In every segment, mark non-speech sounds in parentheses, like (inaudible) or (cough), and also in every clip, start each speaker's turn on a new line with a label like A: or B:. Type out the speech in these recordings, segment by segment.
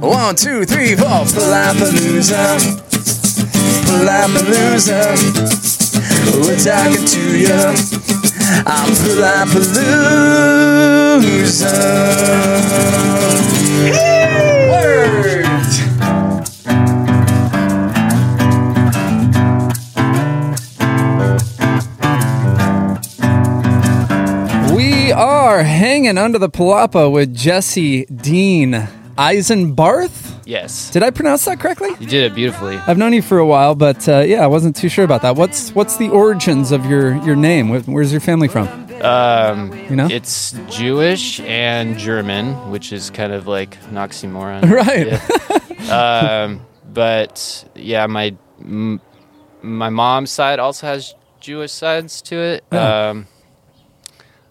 A: One, two, three, four. Palapalooza. Palapalooza. We're talking to you. I'm Palapalooza. Words.
B: We are hanging under the palapa with Jesse Dean Eisenbarth.
C: Yes.
B: Did I pronounce that correctly?
C: You did it beautifully.
B: I've known you for a while, but uh, yeah, I wasn't too sure about that. What's what's the origins of your your name? Wh- Where's your family from?
C: Um,
B: You know,
C: It's Jewish and German, which is kind of like an oxymoron.
B: (laughs) (laughs) right?
C: Um, but yeah, my m- my mom's side also has Jewish sides to it.
B: Yeah.
C: Um,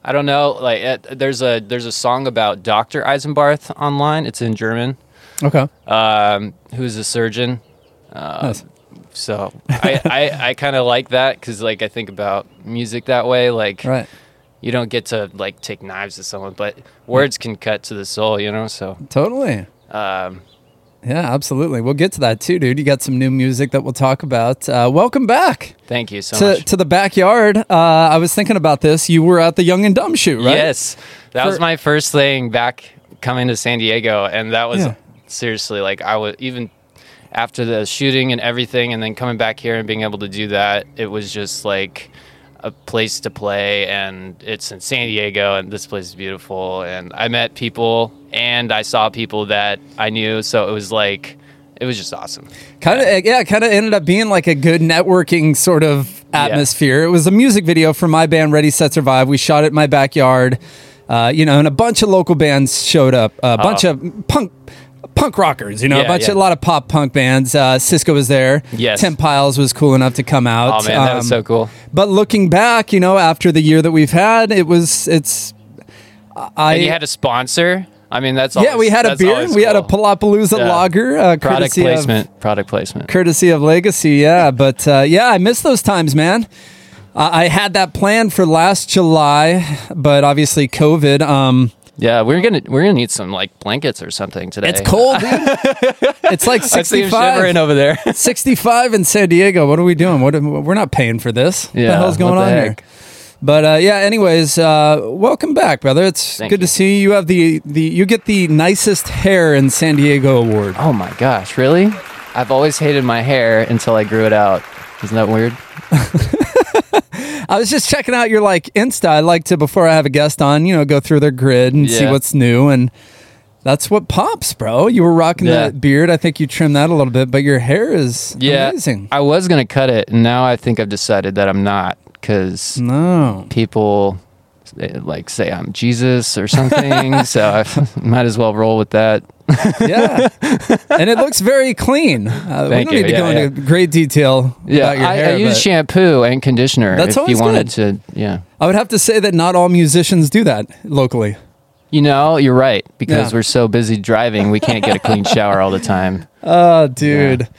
C: I don't know. Like, it, there's a there's a song about Doctor Eisenbarth online. It's in German.
B: okay,
C: Um, who's a surgeon? Um,
B: nice.
C: So
B: (laughs)
C: I I, I kind of like that because like I think about music that way. Like
B: Right.
C: you don't get to like take knives to someone, but words can cut to the soul, you know. So
B: Totally.
C: um,
B: Yeah, absolutely. We'll get to that too, dude. You got some new music that we'll talk about. Uh, welcome back
C: thank you so
B: to,
C: much.
B: to the backyard. Uh, I was thinking about this. You were at the Young and Dumb shoot, right?
C: Yes, that was
B: For-
C: my first thing back coming to San Diego, and that was
B: Yeah.
C: seriously like I was even after the shooting and everything, and then coming back here and being able to do that, it was just like a place to play, and it's in San Diego, and this place is beautiful, and I met people, and I saw people that I knew, so it was like it was just awesome.
B: Kind of, yeah, kind of ended up being like a good networking sort of atmosphere. It was a music video for my band, Ready Set Survive. We shot it in my backyard, uh, you know, and a bunch of local bands showed up, a bunch of punk punk rockers, you know, a
C: Uh-huh. Yeah,
B: bunch,
C: yeah.
B: a lot of pop punk bands. Uh, Cisco was there.
C: Yes.
B: Tim Piles was cool enough to come out.
C: Oh man, that was
B: Um,
C: so cool.
B: But looking back, you know, after the year that we've had, it was it's. I
C: And you had a sponsor. I mean, that's
B: yeah, we had a beer. We had a Palapalooza
C: Yeah.
B: lager, uh,
C: product
B: courtesy of
C: placement. product placement.
B: courtesy of Legacy. Yeah, but uh, yeah, I miss those times, man. I I had that plan for last July, but obviously COVID. Um,
C: Yeah, we're gonna we're gonna need some like blankets or something today.
B: it's
C: (laughs)
B: cold, dude. it's like
C: I see 'em
B: 65,
C: shivering over there.
B: 65 in San Diego. What are we doing? What we're not paying for this. what the
C: Yeah,
B: hell's going
C: what
B: on
C: the
B: here?
C: heck?
B: But uh, yeah, anyways, uh, welcome back, brother. It's
C: Thank
B: good to
C: you.
B: see you. You have the the you get the nicest hair in San Diego award.
C: (laughs) oh my gosh, really? I've always hated my hair until I grew it out. Isn't that weird?
B: I was just checking out your like Insta. I like to before I have a guest on, you know, go through their grid and see
C: Yeah.
B: what's new and that's what pops, bro. You were rocking
C: Yeah.
B: the beard. I think you trimmed that a little bit, but your hair is
C: Yeah,
B: amazing.
C: I was gonna cut it, and now I think I've decided that I'm not because
B: Mm. No.
C: people eh, like say I'm Jesus
B: (laughs)
C: or something. so I (laughs) might as well roll with that.
B: Yeah. and it looks very clean. Uh, we
C: Thank
B: don't
C: you.
B: need to
C: Yeah,
B: go
C: yeah.
B: into great detail
C: Yeah,
B: about your
C: I,
B: hair.
C: I use
B: but
C: shampoo and conditioner
B: That's
C: if you
B: always
C: wanted to. Yeah.
B: I would have to say that not all musicians do that locally.
C: You know, you're right
B: Yeah.
C: because we're so busy driving, we can't get a
D: (laughs)
C: clean shower all the time.
B: Oh, dude.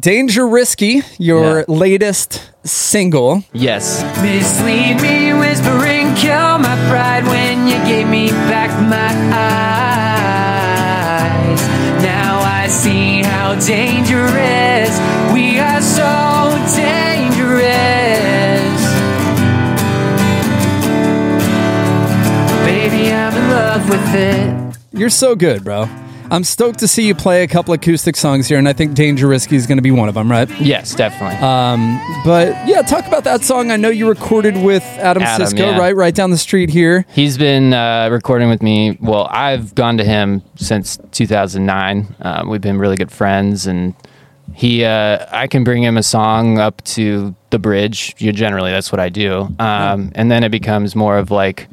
B: Danger Risky, your
C: Yeah.
B: latest single.
C: Yes.
D: Mislead me, whispering, kill my pride when you gave me back my eyes. Now I see how dangerous we are, so dangerous. Baby, I'm in love with it.
B: You're so good, bro. I'm stoked to see you play a couple acoustic songs here, and I think Danger Risky is going to be one of them, right?
C: Yes, definitely.
B: But yeah, talk about that song. I know you recorded with Adam,
C: Adam,
B: Cisco,
C: yeah.
B: right? Right down the street here. (laughs)
C: He's been uh, recording with me. Well, I've gone to him since 2009. Um, we've been really good friends, and he, uh, I can bring him a song up to the bridge. You generally, that's what I do, um, and then it becomes more of like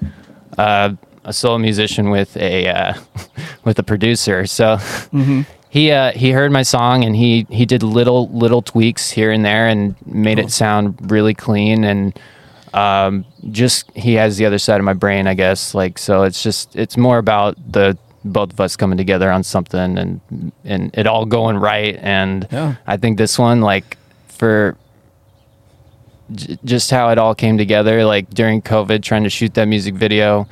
C: uh, a solo musician with a uh, (laughs) with a producer. So (laughs) he uh, he heard my song and he he did little little tweaks here and there and made it sound really clean and um, just he has the other side of my brain, I guess. Like so, it's just it's more about the both of us coming together on something and and it all going right. And
B: Yeah.
C: I think this one, like for j- just how it all came together, like during COVID, trying to shoot that music video.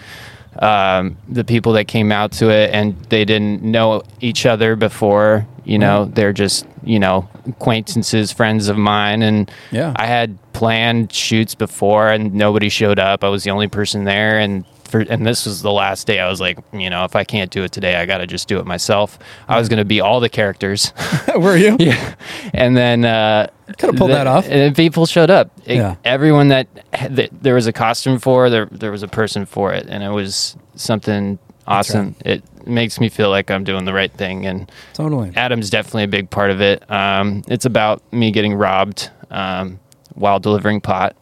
C: um, the people that came out to it and they didn't know each other before. You know, they're just you know acquaintances, friends of mine, and
B: Yeah.
C: I had planned shoots before and nobody showed up. I was the only person there, and for and this was the last day. I was like, you know, if I can't do it today, I got to just do it myself. I was gonna be all the characters. (laughs)
B: Were you?
C: Yeah, (laughs) and then uh,
B: Coulda pulled
C: the-
B: that off.
C: And then people showed up. It-
B: Yeah.
C: everyone that, had- that there was a costume for, there there was a person for it, and it was something awesome. It makes me feel like I'm doing the right thing, and
B: Totally.
C: Adam's definitely a big part of it. Um, it's about me getting robbed um, while delivering pot.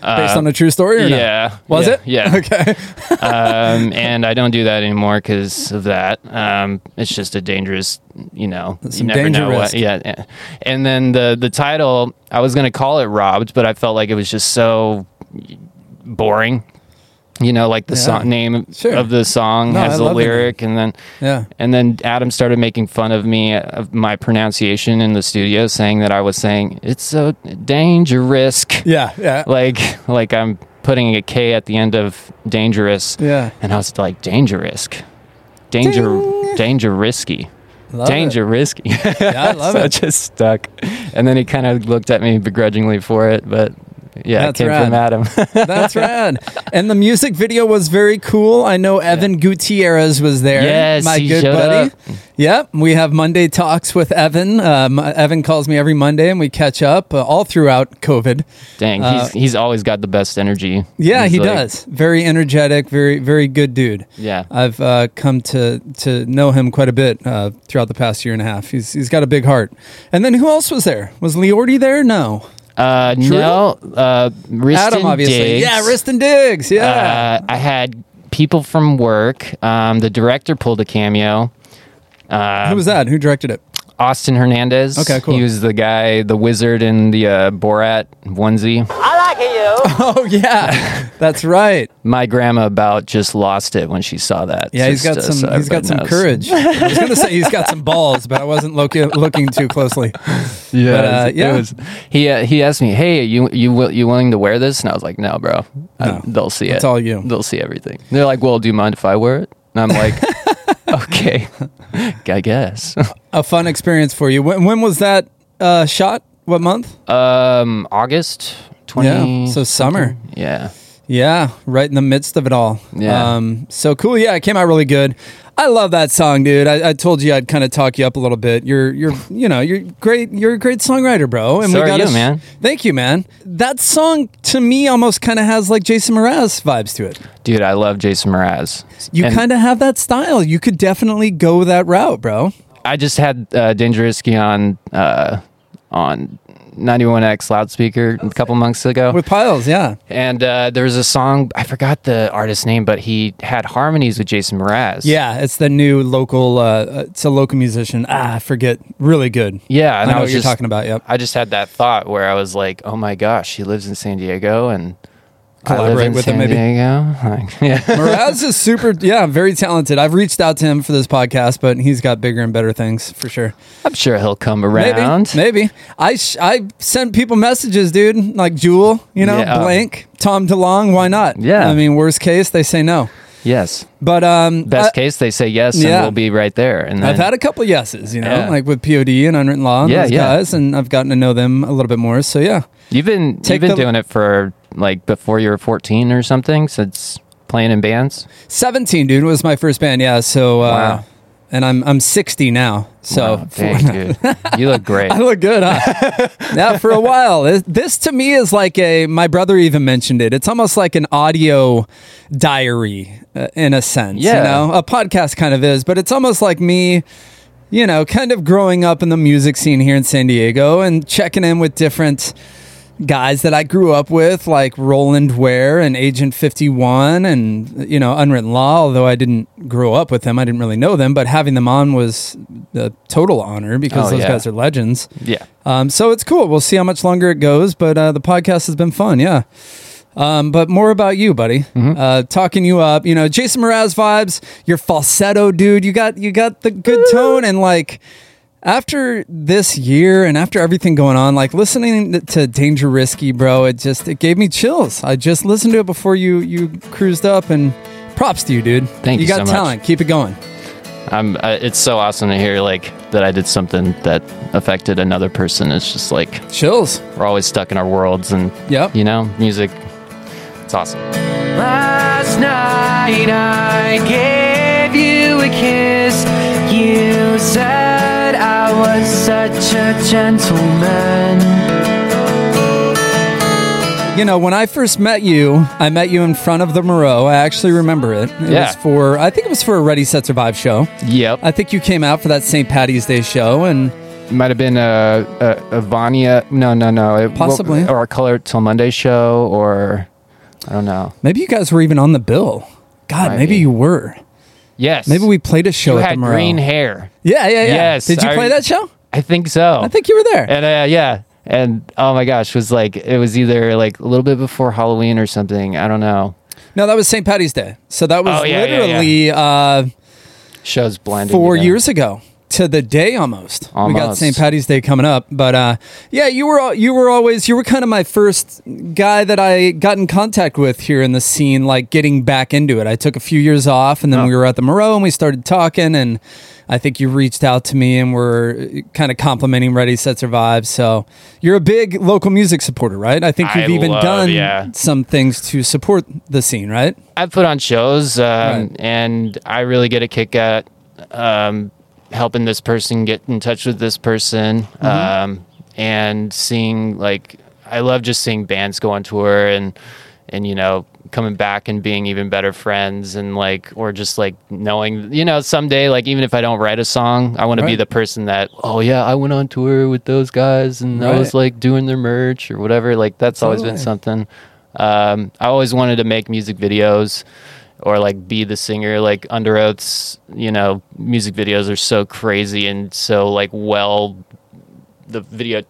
B: Based on a true story or not?
C: yeah,
B: Was
C: yeah,
B: it?
C: Yeah,
B: (laughs) Okay.
C: um, and I don't do that anymore because of that. Um, it's just a dangerous, you know, you
B: Some
C: never
B: danger
C: know what.
B: risk.
C: Yeah, and then the the title I was gonna call it "Robbed," but I felt like it was just so boring. You know, like the
B: Yeah.
C: song name
B: Sure.
C: of the song
B: No, I
C: has the
B: love the name.
C: lyric, and then
B: Yeah.
C: and then Adam started making fun of me uh, of my pronunciation in the studio, saying that I was saying it's so dangerous (laughs)
B: Yeah. Yeah.
C: like (laughs) like I'm putting a K at the end of dangerous.
B: Yeah.
C: And I was like dangerous, danger, danger risky,
B: Love it.
C: danger risky.
B: Yeah, I love
C: (laughs) so
B: it.
C: it just stuck. And then he kind of looked at me begrudgingly for it, but yeah,
B: That's
C: it came from
B: rad.
C: Adam. (laughs)
B: That's rad. And the music video was very cool. I know Evan Gutierrez was there.
C: Yes,
B: my
C: he
B: good
C: showed
B: buddy.
C: up.
B: Yep, we have Monday talks with Evan. Um, Evan calls me every Monday, and we catch up uh, all throughout COVID.
C: Dang, he's he's always got the best energy.
B: Uh, Yeah,
C: He's
B: he
C: like-
B: does. Very energetic. Very very good dude.
C: Yeah.
B: I've uh, come to to know him quite a bit uh, throughout the past year and a half. He's he's got a big heart. And then who else was there? Was Leordi there? No,
C: Uh, no, uh, Riston
B: Adam obviously.
C: Diggs.
B: Yeah, Riston Diggs. Yeah.
C: Uh, I had people from work. Um, the director pulled a cameo. Uh,
B: who was that? Who directed it?
C: Austin Hernandez.
B: Okay, cool.
C: He was the guy, the wizard in the uh, Borat onesie.
B: Oh yeah, (laughs) that's right.
C: My grandma about just lost it when she saw that.
B: Yeah, he's got
C: Just, uh,
B: some.
C: so
B: he's got
C: everybody
B: some
C: knows.
B: courage. I was gonna say he's got some balls, but I wasn't looking looking too closely.
C: Yeah,
B: But, uh,
C: it
B: yeah.
C: was- he uh, he asked me, "Hey, you you will you willing to wear this?" And I was like, "No, bro. I-
B: No,
C: they'll see it.
B: that's all you."
C: They'll see everything." And they're like, "Well, do you mind if I wear it?" And I'm
B: (laughs)
C: like, "Okay, (laughs) I guess."
B: A fun experience for you. When, when was that uh, shot? What month?
C: um, August twenty.
B: yeah, so summer.
C: yeah.
B: Yeah, right in the midst of it all.
C: Yeah.
B: Um, so cool. Yeah, it came out really good. I love that song, dude. I, I told you I'd kind of talk you up a little bit. You're, you're, you know, you're great. You're a great songwriter, bro. And
C: So are
B: gotta
C: you, man.
B: Thank you, man. That song to me almost kind of has like Jason Mraz vibes to it.
C: Dude, I love Jason Mraz.
B: You
C: And-
B: kind of have that style. You could definitely go that route, bro.
C: I just had uh, Dangerisky on uh, on 91X loudspeaker a couple months ago,
B: With piles, yeah.
C: and uh, there was a song I forgot the artist's name, but he had harmonies with Jason Mraz.
B: Yeah, it's the new local. Uh, it's a local musician. Ah, I forget. Really good.
C: yeah.
B: I
C: And
B: know
C: I, was
B: what you're
C: just-
B: talking about. Yep.
C: I just had that thought where I was like, "Oh my gosh, she lives in San Diego and I live
B: Collaborate
C: in
B: with him,
C: San
B: maybe.
C: Diego." Like, (laughs) yeah.
B: Mraz is super, (laughs) yeah, very talented. I've reached out to him for this podcast, but he's got bigger and better things for sure.
C: I'm sure he'll come around.
B: Maybe, maybe. I sh- I sent people messages, dude, like Jewel, you know,
C: Yeah.
B: Blank, Tom DeLong. Why not?
C: Yeah.
B: I mean, worst case, they say no.
C: Yes.
B: But um,
C: Best
B: I-
C: case, they say yes,
B: yeah.
C: and we'll be right there. And then,
B: I've had a couple yeses, you know,
C: Yeah.
B: like with POD and Unwritten Law and
C: Yeah,
B: those
C: yeah.
B: guys, and I've gotten to know them a little bit more. So yeah,
C: You've been
B: Take
C: you've been
B: the-
C: doing it for like before you were fourteen or something since playing in bands.
B: seventeen, dude, was my first band. Yeah, so uh,
C: Wow.
B: and I'm I'm sixty now, so (laughs)
C: Wow, Oh, dang, dude, you look great.
B: I look good, huh?
C: (laughs)
B: now, for a while, this, this to me is like a. My brother even mentioned it. It's almost like an audio diary, uh, in a sense.
C: Yeah.
B: You know, a podcast kind of is, but it's almost like me. You know, kind of growing up in the music scene here in San Diego and checking in with different guys that I grew up with, like Roland Ware and Agent 51 and, you know, Unwritten Law, although I didn't grow up with them, I didn't really know them, but having them on was a total honor because
C: Oh,
B: those
C: yeah.
B: guys are legends.
C: yeah,
B: Um, so it's cool. We'll see how much longer it goes, but uh, the podcast has been fun. Yeah. Um, but more about you, buddy.
C: Mm-hmm.
B: Uh, talking you up, you know, Jason Mraz vibes. Your falsetto, dude. You got you got the good tone, and like after this year and after everything going on, like listening to Danger Risky, bro, it just it gave me chills. I just listened to it before you you cruised up, and Props to you, dude.
C: Thank you
B: got
C: so much.
B: talent. Keep it going.
C: I'm, uh, it's so awesome to hear like that I did something that affected another person. It's just like
B: Chills.
C: we're always stuck in our worlds and
B: Yep.
C: you know, music it's awesome.
D: Last night I gave you a kiss. You said I was such a gentleman.
B: You know, when I first met you, I met you in front of the Moreau. I actually remember it. It
C: Yeah.
B: was for I think it was for a Ready Set Survive show.
C: Yep.
B: I think you came out for that St. Patty's Day show and
C: Might have been a, a, a Vanya. No, no, no. It,
B: Possibly.
C: Or a Color Till Monday show or I don't know.
B: maybe you guys were even on the bill. God,
C: Might
B: maybe
C: be.
B: you were.
C: Yes.
B: Maybe we played a show
C: You
B: at
C: had
B: the Moreau.
C: green hair.
B: Yeah, yeah, yeah.
C: Yes,
B: Did you
C: I-
B: play that show?
C: I think so.
B: I think you were there.
C: And uh, yeah. And oh my gosh, was like it was either like a little bit before Halloween or something. I don't know.
B: No, that was St. Patty's Day. So that was
C: Oh, yeah, yeah, yeah.
B: literally uh,
C: Shows blinding.
B: four
C: me now.
B: years ago to the day almost. We got
C: Almost.
B: St. Patty's Day coming up, but uh, yeah, you were al- you were always you were kind of my first guy that I got in contact with here in the scene, like getting back into it. I took a few years off, and then we were at the Moreau and we started talking, and I think you reached out to me and were kind of complimenting Ready Set Survive. So you're a big local music supporter, right? I think you've
C: I
B: even
C: love-
B: done
C: yeah.
B: some things to support the scene, right?
C: I've put on shows, um,
B: Right.
C: and I really get a kick at um, helping this person get in touch with this person,
B: Mm-hmm.
C: um, and seeing like I love just seeing bands go on tour and and you know coming back and being even better friends and like or just like knowing you know someday like even if I don't write a song I want to be
B: Right.
C: the person that oh yeah I went on tour with those guys and I was
B: Right.
C: like doing their merch or whatever like that's always been
B: Totally.
C: something. Um, I always wanted to make music videos or like be the singer. Like Under Oath's, you know, music videos are so crazy and so like well, the video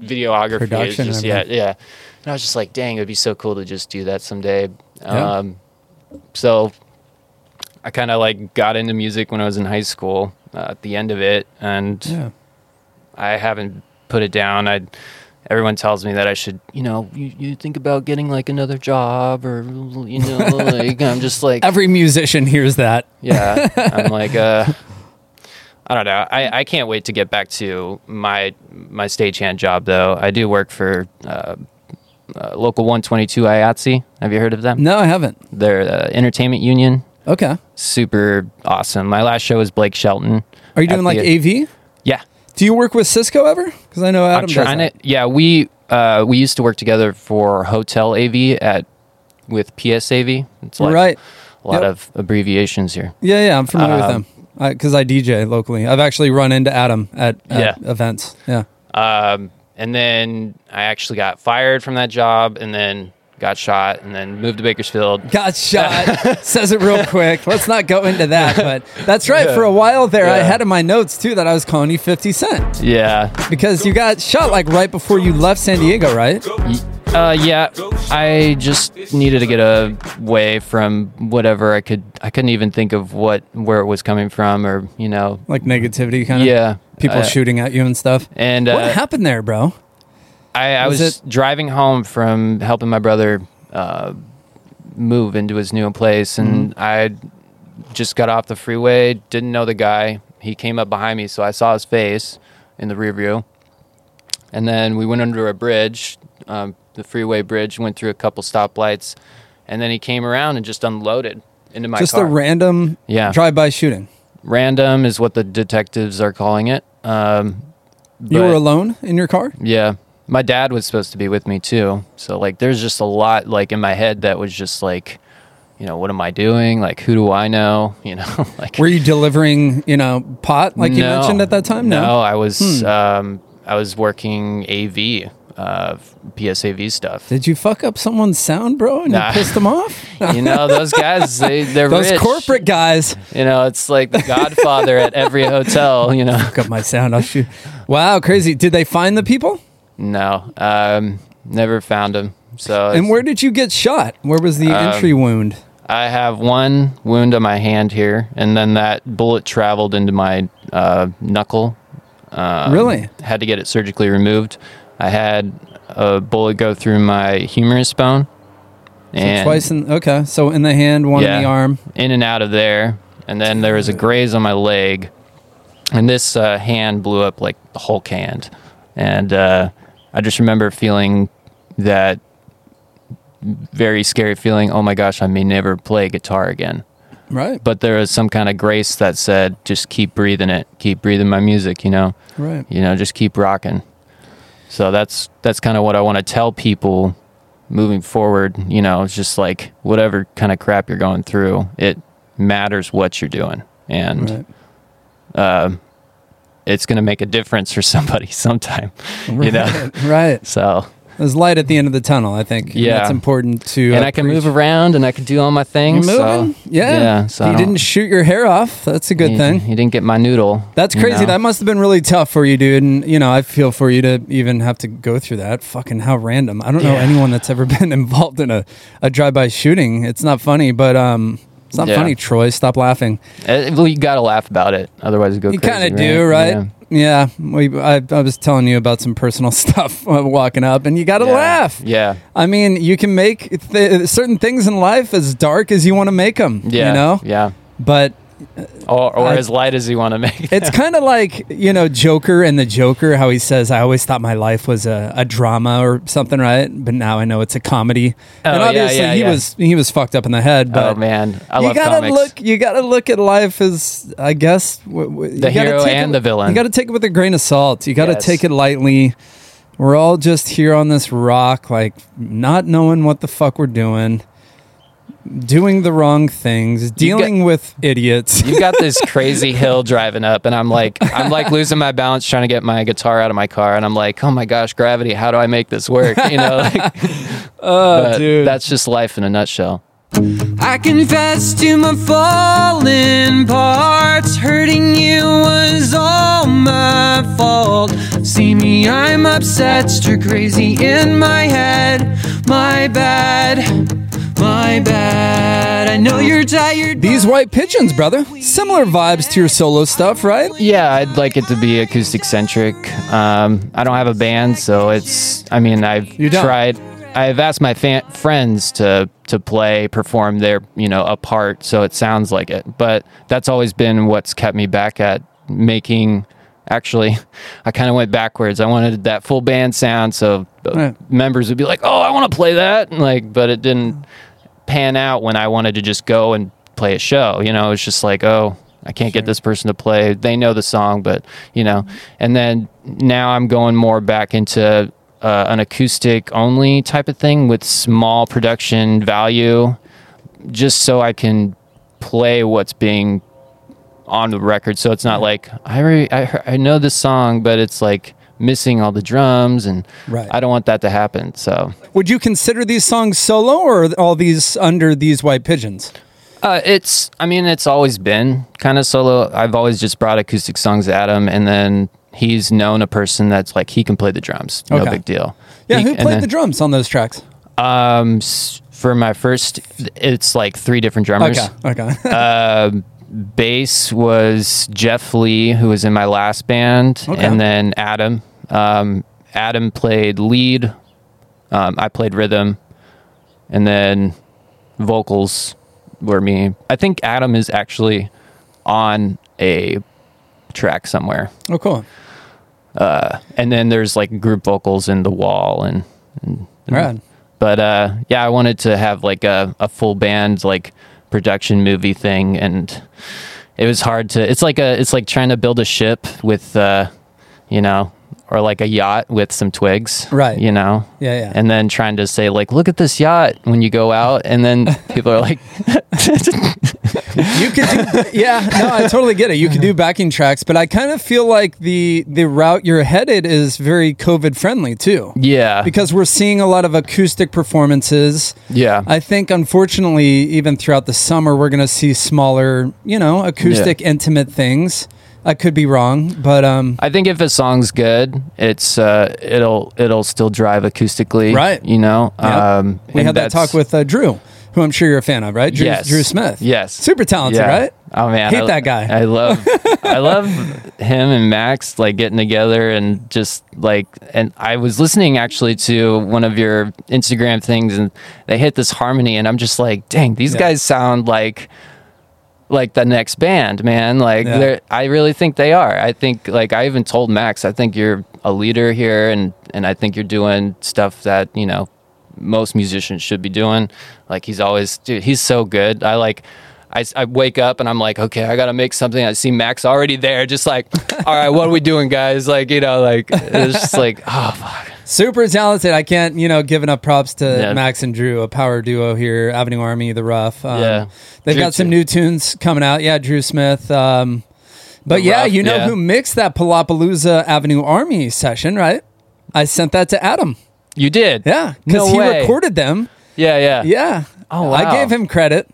C: videography
B: Production and
C: is just yeah,
B: everything.
C: yeah. And I was just like, dang, it would be so cool to just do that someday.
B: Yeah.
C: Um, so I kind of like got into music when I was in high school. Uh, at the end of it, and
B: Yeah.
C: I haven't put it down. I everyone tells me that I should, you know, you, you think about getting like another job or
B: (laughs)
C: you know, like I'm just like
B: Every musician hears that.
C: yeah, I'm like uh I don't know. I, I can't wait to get back to my my stagehand job though. I do work for uh, uh, local 122 IATSE. E. Have you heard of them?
B: No, I haven't.
C: They're uh, entertainment union.
B: Okay.
C: Super awesome. My last show was Blake Shelton.
B: Are you
C: at
B: doing like
C: the-
B: AV?
C: Yeah.
B: Do you work with Cisco ever? Because I know Adam
C: I'm trying
B: does
C: to. Yeah, we uh, we used to work together for Hotel AV at with PSAV. It's
B: that.
C: like
B: right.
C: a lot
B: Yep.
C: of abbreviations here.
B: Yeah, yeah, I'm familiar with
C: Um,
B: them because I, DJ locally. I've actually run into Adam at, at
C: Yeah.
B: events. Yeah.
C: Um, and then I actually got fired from that job, and then got shot, and then moved to Bakersfield.
B: Got
C: (laughs)
B: shot. Says it real quick. Let's not go into that, but that's right. For a while there, I
C: Yeah.
B: had in my notes too that I was calling you 50 Cent
C: Yeah,
B: because you got shot like right before you left San Diego, right?
C: uh, yeah. I just needed to get away from whatever I could. I couldn't even think of what where it was coming from, or you know,
B: Like negativity kind of.
C: yeah,
B: People
C: Uh,
B: shooting at you and stuff.
C: And
B: what
C: uh,
B: happened there, bro?
C: I, I
B: Was
C: was, driving home from helping my brother uh, move into his new place, and I just got off the freeway. Didn't know the guy. He came up behind me, so I saw his face in the rear view. And then we went under a bridge, um, the freeway bridge. Went through a couple stoplights, and then he came around and just unloaded into my
B: Just
C: car.
B: a random
C: Yeah.
B: drive-by shooting.
C: Random is what the detectives are calling it. Um,
B: You were
C: but-
B: alone in your car?
C: yeah. My dad was supposed to be with me too. So like there's just a lot like in my head that was just like, you know, what am I doing? Like who do I know? (laughs) You know, like
B: Were you delivering, you know, pot like you
C: No.
B: mentioned at that time? Hmm.
C: No, I was um I was working AV uh
B: (laughs)
C: PSAV stuff.
B: Did you fuck up someone's sound, bro, and
C: Nah.
B: you pissed them off?
C: you know, those guys they they're
B: Those
C: (laughs) rich.
B: corporate guys
C: you know, it's like the godfather at every hotel, you know. (laughs)
B: fuck up my sound. I'll shoot. Wow, crazy. Did they find the people?
C: No. Um never found him. So
B: And where did you get shot? Where was the
C: Um,
B: entry wound?
C: I have one wound on my hand here, and then that bullet traveled into my uh, knuckle. Um,
B: Really?
C: Had to get it surgically removed. I had a bullet go through my humerus bone and
B: Twice in okay, so in the hand, one in the arm.
C: in and out of there. And then there was a graze on my leg, and this uh, hand blew up like the Hulk hand. And uh, I just remember feeling that very scary feeling. Oh my gosh, I may never play guitar again.
B: Right.
C: But there was some kind of grace that said, just keep breathing it, keep breathing my music. You know,
B: Right.
C: you know, just keep rocking. So that's that's kind of what I want to tell people moving forward. You know, it's just like whatever kind of crap you're going through, it matters what you're doing, and
B: Right.
C: it's going to make a difference for somebody (laughs) sometime. You know,
B: Right.
C: so
B: There's light at the end of the tunnel, I think. and
C: Yeah.
B: That's important to
C: and I can move around and I can do all my
B: You're
C: things.
B: moving.
C: So,
B: yeah.
C: so I
B: you
C: don't- Mm-hmm.
B: didn't shoot your hair off. That's a good
C: you,
B: thing.
C: You didn't get my noodle.
B: That's
C: you
B: crazy.
C: know?
B: That must have been really tough for you, dude. And you know, I feel for you to even have to go through that. Fucking how random. I don't know
C: Yeah.
B: anyone that's ever (laughs) been involved in a, a drive-by shooting. It's not funny, but um, it's not
C: Yeah.
B: funny. Troy, stop laughing.
C: Uh, well, you gotta laugh about it, otherwise you go.
B: You
C: crazy,
B: kind of do, right?
C: Yeah.
B: Yeah. We, I, I was telling you about some personal (laughs) stuff walking up, and you got to
C: Yeah.
B: laugh.
C: Yeah,
B: I mean, you can make th- certain things in life as dark as you want to make them.
C: yeah,
B: You know.
C: yeah,
B: But
C: or, or
B: I-
C: as light as you want to make.
B: It's kind of like, you know, Joker and the Joker, how he says, I always thought my life was a, a drama or something, right? But now I know it's a comedy.
C: Oh,
B: and
C: yeah,
B: obviously
C: yeah,
B: he
C: yeah.
B: was he was fucked up in the head,
C: oh
B: (laughs) but
C: man, I
B: you
C: love
B: gotta
C: comics.
B: look you gotta look at life as I guess w- w- you gotta
C: The hero
B: take it-
C: and the villain.
B: You gotta take it with a grain of salt. You gotta
C: Yes.
B: take it lightly. We're all just here on this rock, like not knowing what the fuck we're doing, doing the wrong things, dealing with idiots.
C: You've got this
B: (laughs)
C: crazy hill driving up, and I'm like, I'm like losing my balance trying to get my guitar out of my car, and I'm like, oh my gosh, gravity, how do I make this work? You know, like,
B: (laughs)
C: but
B: Oh, dude.
C: that's just life in a nutshell.
D: I confess to my fallen parts. Hurting you was all my fault. See me, I'm upset, stir crazy in my head. My bad, my bad. I know you're tired.
B: These white pigeons, brother. Similar vibes to your solo stuff, right?
C: Yeah, I'd like it to be acoustic centric. Um, I don't have a band, so it's. I mean, I've
B: You don't?
C: tried. I've asked my fan, friends to to play, perform their you know a part, so it sounds like it. But that's always been what's kept me back at making. Actually, (laughs) I kind of went backwards. I wanted that full band sound, so uh,
B: Right.
C: members would be like, "Oh, I want to play that," and like, but it didn't pan out when I wanted to just go and play a show. You know, it's just like, oh, I can't get this person to play. They know the song, but you know. And then now I'm going more back into uh, an acoustic only type of thing with small production value, just so I can play what's being on the record. So it's not like I re- I, hear- I know this song, but it's like missing all the drums and
B: Right.
C: I don't want that to happen. So
B: Would you consider these songs solo or are all these under these white pigeons?
C: Uh, it's, I mean, it's always been kind of solo. I've always just brought acoustic songs to Adam, and then he's known a person that's like he can play the drums. No
B: Okay.
C: big deal.
B: Yeah,
C: He-
B: who
C: and
B: played
C: then,
B: the drums on those tracks?
C: Um, s- for my first, it's like three different drummers.
B: Okay, okay. (laughs)
C: Bass was Jeff Lee, who was in my last band,
B: Okay.
C: and then Adam. Um, Adam played lead. Um, I played rhythm, and then vocals were me. I think Adam is actually on a track somewhere,
B: oh, cool.
C: and then there's like group vocals in the wall and. and
B: All right.
C: but uh, yeah, I wanted to have like a, a full band like production movie thing, and it was hard to. It's like a it's like trying to build a ship with, uh, you know, or like a yacht with some twigs,
B: Right.
C: You know,
B: Yeah, yeah.
C: And then trying to say like, look at this yacht when you go out,
B: (laughs)
C: and then people are like, (laughs)
B: You could do, yeah, no, I totally get it. You could do backing tracks, but I kind of feel like the the route you're headed is very COVID friendly too.
C: yeah,
B: Because we're seeing a lot of acoustic performances.
C: yeah,
B: I think, unfortunately, even throughout the summer, we're going to see smaller, you know, acoustic, intimate things. I could be wrong, but um,
C: I think if a song's good, it's uh, it'll it'll still drive acoustically,
B: Right.
C: You know, Um,
B: yeah. we had
C: and
B: that
C: that's-
B: talk with uh, Drew who I'm sure you're a fan of, right? Drew,
C: Yes.
B: Drew Smith.
C: Yes.
B: Super talented,
C: Yeah.
B: right?
C: Oh man,
B: Hate
C: I-
B: that guy. (laughs)
C: I love, I love him and Max like getting together and just like. And I was listening actually to one of your Instagram things, and they hit this harmony, and I'm just like, dang, these
B: Yeah.
C: guys sound like like the next band, man. Like
B: Yeah.
C: they're, I really think they are. I think like I even told Max, I think you're a leader here, and and I think you're doing stuff that you know most musicians should be doing. Like he's always, dude, he's so good. I like. I, s- I wake up and I'm like, okay, I gotta make something. I see Max already there,
B: (laughs)
C: just like, all right, what are we doing, guys? Like, you know, like it's
B: (laughs)
C: just like, oh fuck,
B: Super talented. I can't, you know, give enough props to
C: Yeah.
B: Max and Drew, a power duo here, Avenue Army, The Rough. Um,
C: Yeah.
B: They've
C: Drew
B: got some
C: too.
B: new tunes coming out. Yeah, Drew Smith. Um, but
C: The
B: yeah,
C: Rough,
B: you know
C: yeah.
B: who mixed that Palapalooza Avenue Army session, right? I sent that to Adam.
C: you did,
B: Yeah, because
C: no
B: he
C: way.
B: recorded them.
C: yeah, yeah,
B: Yeah.
C: Oh,
B: I
C: wow.
B: gave him credit.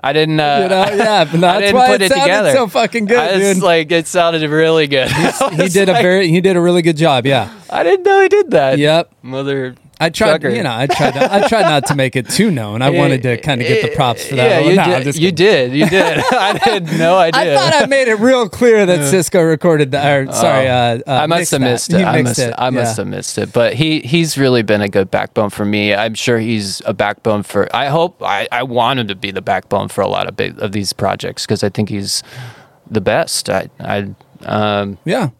C: I didn't, uh, (laughs)
B: You know, yeah, but
C: I
B: that's
C: didn't
B: why
C: put
B: it,
C: it,
B: sounded
C: together.
B: so fucking good,
C: I was
B: dude.
C: like, it sounded really good. (laughs)
B: he did a very he did a really good job. Yeah.
C: I didn't know he did that.
B: Yep.
C: Mother.
B: I tried,
C: trucker.
B: you know, I tried, not, I tried not to make it too known.
C: (laughs)
B: I wanted to kind of get the props for that.
C: Yeah,
B: one.
C: you,
B: Nah, I'm
C: did,
B: just
C: you
B: kidding.
C: did. You did. (laughs) I had no idea.
B: I thought I made it real clear that Cisco recorded that. Or, sorry, uh, uh,
C: Oh. I must
B: mixed
C: have
B: that.
C: missed
B: He
C: it. I
B: mixed
C: must.
B: it,
C: I must
B: yeah.
C: have missed it. But he he's really been a good backbone for me. I'm sure he's a backbone for. I hope. I I want him to be the backbone for a lot of big, of these projects because I think he's the best. I I um
B: Yeah.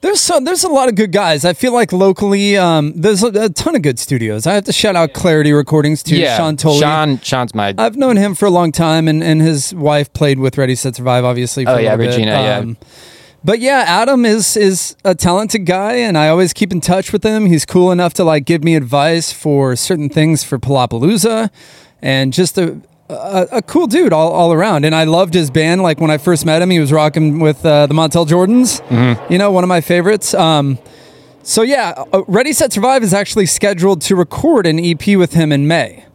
B: There's so there's a lot of good guys. I feel like locally, um, there's a, a ton of good studios. I have to shout out Clarity Recordings too.
C: yeah.
B: Sean Tolley.
C: Sean Sean's my.
B: I've known him for a long time, and, and his wife played with Ready Set Survive, obviously. For
C: Oh,
B: a
C: yeah,
B: little bit. Um,
C: Regina, yeah.
B: But yeah, Adam is is a talented guy, and I always keep in touch with him. He's cool enough to like give me advice for certain things for Palapalooza, and just a a, a cool dude all, all around. And I loved his band. Like when I first met him, he was rocking with uh, the Montel Jordans.
C: Mm-hmm.
B: You know, one of my favorites. Um, so yeah, uh, Ready Set Survive is actually scheduled to record an EP with him in May.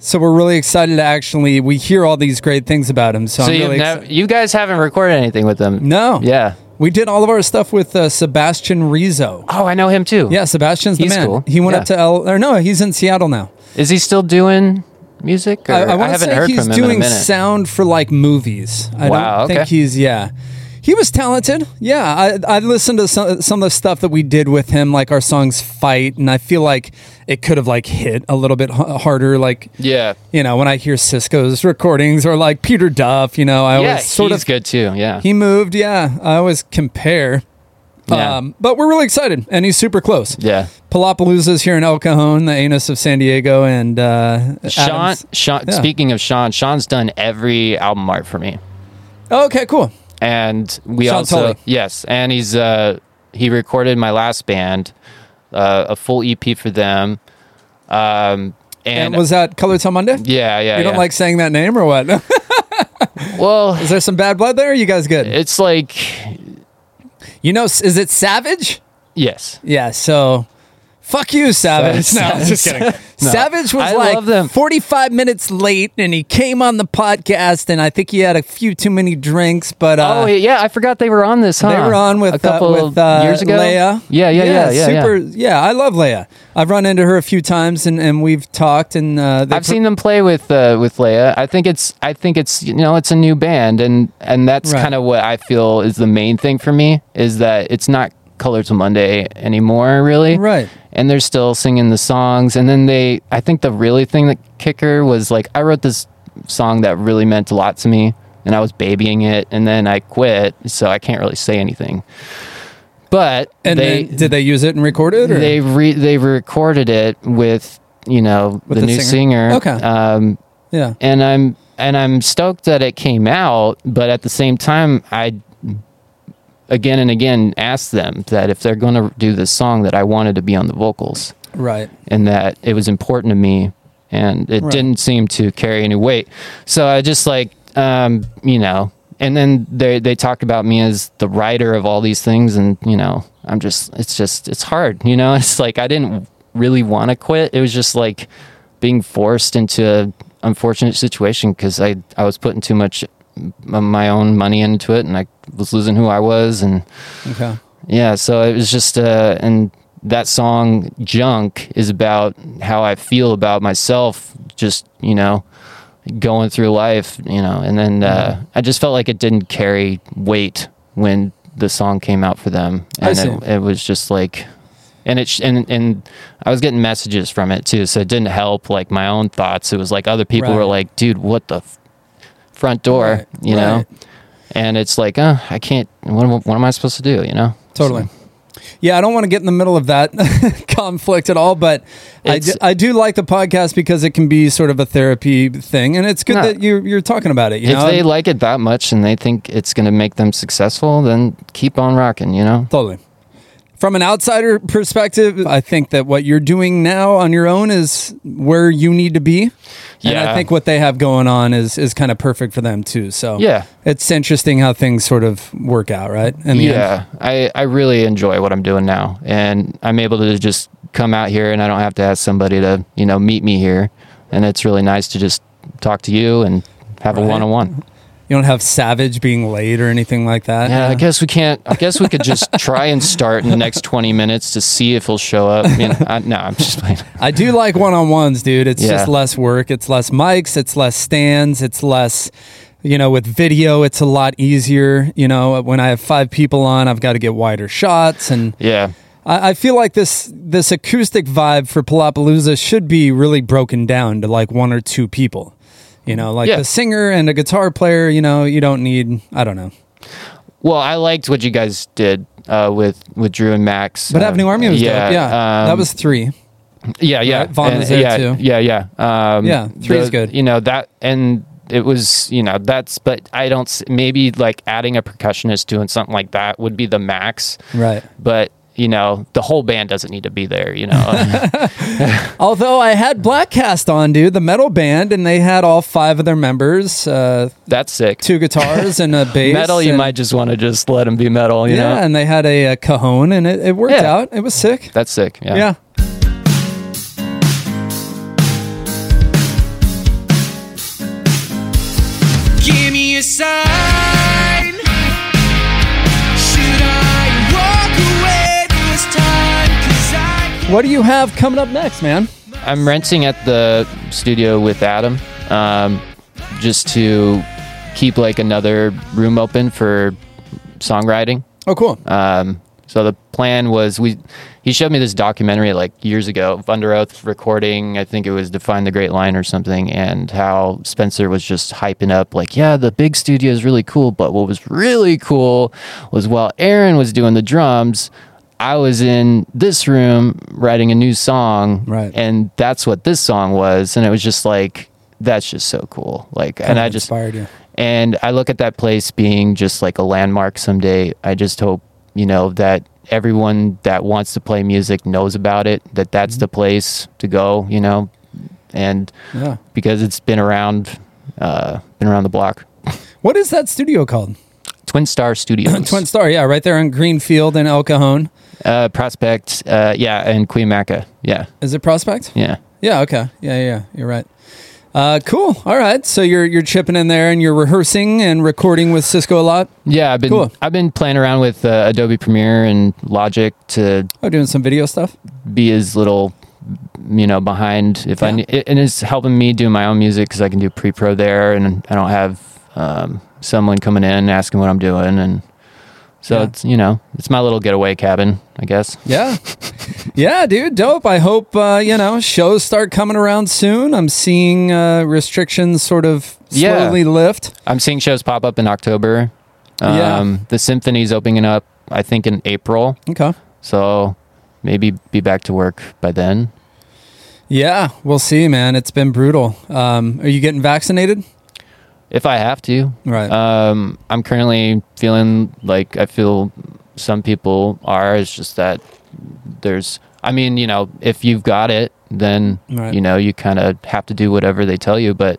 B: So we're really excited to actually we hear all these great things about him. So,
C: so
B: I'm
C: you
B: really
C: nev-
B: exci-
C: you guys haven't recorded anything with them.
B: No.
C: Yeah.
B: we did all of our stuff with uh, Sebastian Rizzo.
C: Oh, I know him too.
B: Yeah, Sebastian's the
C: He's
B: man.
C: cool.
B: He went
C: Yeah.
B: up to L. Or no, he's in Seattle now.
C: Is he still doing music? Or I,
B: wanna
C: haven't
B: say
C: heard
B: he's
C: from him
B: doing
C: in a minute.
B: sound for like movies. I
C: Wow,
B: don't
C: okay.
B: think he's yeah. He was talented. Yeah, I, I listened to some, some of the stuff that we did with him, like our songs "Fight," and I feel like it could have like hit a little bit h- harder. Like
C: yeah.
B: you know, when I hear Cisco's recordings or like Peter Duff, you know, I
C: Yeah,
B: always sort
C: he's
B: of
C: good too. Yeah.
B: he moved. Yeah, I always compare.
C: Yeah.
B: Um, but we're really excited, and he's super close.
C: yeah.
B: Palapalooza's here in El Cajon, the anus of San Diego, and uh,
C: Sean,
B: Adams-
C: Sean
B: Yeah.
C: speaking of Sean, Sean's done every album art for me.
B: okay, cool.
C: And we
B: Sean
C: also
B: Tully.
C: yes, and he's uh he recorded my last band, uh, a full EP for them. Um and,
B: And, was that Color Till Monday?
C: yeah, yeah.
B: you don't
C: yeah.
B: like saying that name or
C: (laughs)
B: what? Is
C: Well,
B: there some bad blood there? Are you guys good?
C: it's like
B: You know, is it Savage?
C: yes.
B: Yeah, so fuck you, Savage.
C: Savage.
B: No,
C: (laughs)
B: just kidding. Savage was
C: I
B: like
C: love them.
B: 45 minutes late and he came on the podcast and I think he had a few too many drinks, but uh,
C: oh yeah, I forgot they were on this. Huh?
B: They were on with
C: a couple
B: uh, with, uh,
C: years ago.
B: Leia.
C: Yeah, yeah, yeah, yeah. yeah.
B: super. Yeah. I love Leia. I've run into her a few times, and, and we've talked. And uh, they
C: I've
B: pro-
C: seen them play with uh, with Leia. I think it's I think it's you know it's a new band and and that's
B: Right.
C: kind of what I feel is the main thing for me is that it's not Color to Monday anymore really.
B: Right.
C: And they're still singing the songs and then they I think the really thing that kicker was like I wrote this song that really meant a lot to me and I was babying it and then I quit so I can't really say anything. But
B: And
C: they
B: then, did they use it and record it? Or?
C: they re- they recorded it with you know
B: With
C: the,
B: the
C: new
B: singer.
C: singer.
B: Okay.
C: Um,
B: yeah.
C: and I'm and I'm stoked that it came out, but at the same time, I again and again asked them that if they're going to do this song, that I wanted to be on the vocals
B: Right.
C: and that it was important to me, and it
B: Right.
C: didn't seem to carry any weight. So I just like um, you know. And then they they talk about me as the writer of all these things, and you know, I'm just it's just it's hard, you know. (laughs) It's like I didn't really want to quit. It was just like being forced into a unfortunate situation because I I was putting too much of my own money into it, and I was losing who I was, and
B: Okay.
C: yeah, so it was just uh, and that song junk is about how i feel about myself just you know going through life you know and then uh, i just felt like it didn't carry weight when the song came out for them
B: I
C: and
B: see.
C: it, it was just like and it sh- and and i was getting messages from it too so it didn't help like my own thoughts it was like other people were
B: Right.
C: like dude what the f- front door
B: Right,
C: you know
B: right.
C: and it's like uh, i can't what, am- what am i supposed to do you know
B: Totally. Yeah, I don't want to get in the middle of that (laughs) conflict at all, but I do,
C: It's-
B: I do like the podcast because it can be sort of a therapy thing, and it's good
C: No.
B: that you're you're talking about it. You
C: if
B: know,
C: they like it that much and they think it's going to make them successful then keep on rocking you know
B: totally. From an outsider perspective, I think that what you're doing now on your own is where you need to be, and I
C: Yeah.
B: think what they have going on is is kind of perfect for them too. So
C: Yeah.
B: it's interesting how things sort of work out, right? In the end.
C: yeah I, I really enjoy what i'm doing now and i'm able to just come out here and i don't have to ask somebody to you know meet me here and it's really nice to just talk to you and have a
B: Right.
C: one-on-one
B: you don't have Savage being late or anything like that.
C: yeah,
B: you
C: I
B: know?
C: guess we can't. I guess we could
B: (laughs)
C: just try and start in the next twenty minutes to see if he'll show up. You know, I, no, I'm just playing.
B: I do like one on ones, dude. It's
C: Yeah.
B: just less work. It's less mics. It's less stands. It's less, you know, with video, it's a lot easier. You know, when I have five people on, I've got to get wider shots. And
C: Yeah,
B: I, I feel like this this acoustic vibe for Palapalooza should be really broken down to like one or two people. You know, like
C: Yeah.
B: the singer and a guitar player, you know, you don't need, I don't know.
C: Well, I liked what you guys did uh, with with Drew and Max.
B: But
C: Uh,
B: Avenue Army was
C: yeah,
B: dope. Yeah. that
C: um,
B: was three.
C: yeah, yeah.
B: right? Vaughn
C: And-
B: was there
C: yeah,
B: too.
C: Yeah, yeah, um,
B: Yeah, three's
C: the-
B: good.
C: You know that, and it was you know that's. But I don't s- maybe like adding a percussionist doing something like that would be the max.
B: Right.
C: But you know the whole band doesn't need to be there.
B: (laughs)
C: You know.
B: Although I had Blackcast on, dude, the metal band, and they had all five of their members, uh,
C: that's sick.
B: two guitars and a bass.
C: (laughs) metal, you
B: and-
C: might just want to just let them be metal. You
B: yeah,
C: know.
B: and they had a, uh cajon, and it, it worked
C: Yeah.
B: out. It was sick.
C: that's sick. Yeah.
B: yeah.
D: Give me a sign. Should I walk away this time? 'Cause I can't-
B: What do you have coming up next, man?
C: I'm renting at the studio with Adam, um, just to keep like another room open for songwriting.
B: Oh, cool.
C: Um, so the plan was we he showed me this documentary like years ago of Under Oath recording. I think it was Define the Great Line or something, and how Spencer was just hyping up like, yeah, the big studio is really cool, but what was really cool was while Aaron was doing the drums. I was in this room writing a new song,
B: Right.
C: and that's what this song was, and it was just like that's just so cool. Like, and
B: Kinda
C: I just
B: inspired you.
C: and I look at that place being just like a landmark someday. I just hope, you know, that everyone that wants to play music knows about it, that that's
B: Mm-hmm.
C: the place to go, you know, and
B: Yeah.
C: because it's been around, uh, been around the block.
B: What is that studio called?
C: Twin
B: (clears throat)
C: Star Studios,
B: Twin Star. Yeah, right there on Greenfield and El Cajon.
C: uh, Prospect, uh, yeah, and Queen Maca. Yeah,
B: Is it Prospect?
C: yeah.
B: Yeah. Okay. Yeah. Yeah. yeah. You're right. Uh, cool. All right. So you're you're chipping in there and you're rehearsing and recording with Cisco a lot.
C: Yeah, I've been
B: Cool.
C: I've been playing around with uh, Adobe Premiere and Logic to
B: Oh, doing some video stuff.
C: be as little you know behind if I
B: Yeah.
C: ne- and it's helping me do my own music because I can do pre pro there and I don't have um, someone coming in asking what I'm doing and so
B: Yeah.
C: it's you know it's my little getaway cabin I guess
B: Yeah. Yeah, dude, dope. I hope, uh, you know, shows start coming around soon. I'm seeing uh, restrictions sort of
C: Yeah.
B: slowly lift.
C: I'm seeing shows pop up in October um,
B: Yeah.
C: the symphony's opening up I think in April
B: Okay.
C: so maybe be back to work by then
B: Yeah, we'll see, man. It's been brutal. Um, are you getting vaccinated?
C: if I have to
B: Right.
C: Um, I'm currently feeling like I feel some people are. It's just that there's, I mean, you know, if you've got it, then,
B: Right.
C: you know, you kind of have to do whatever they tell you. But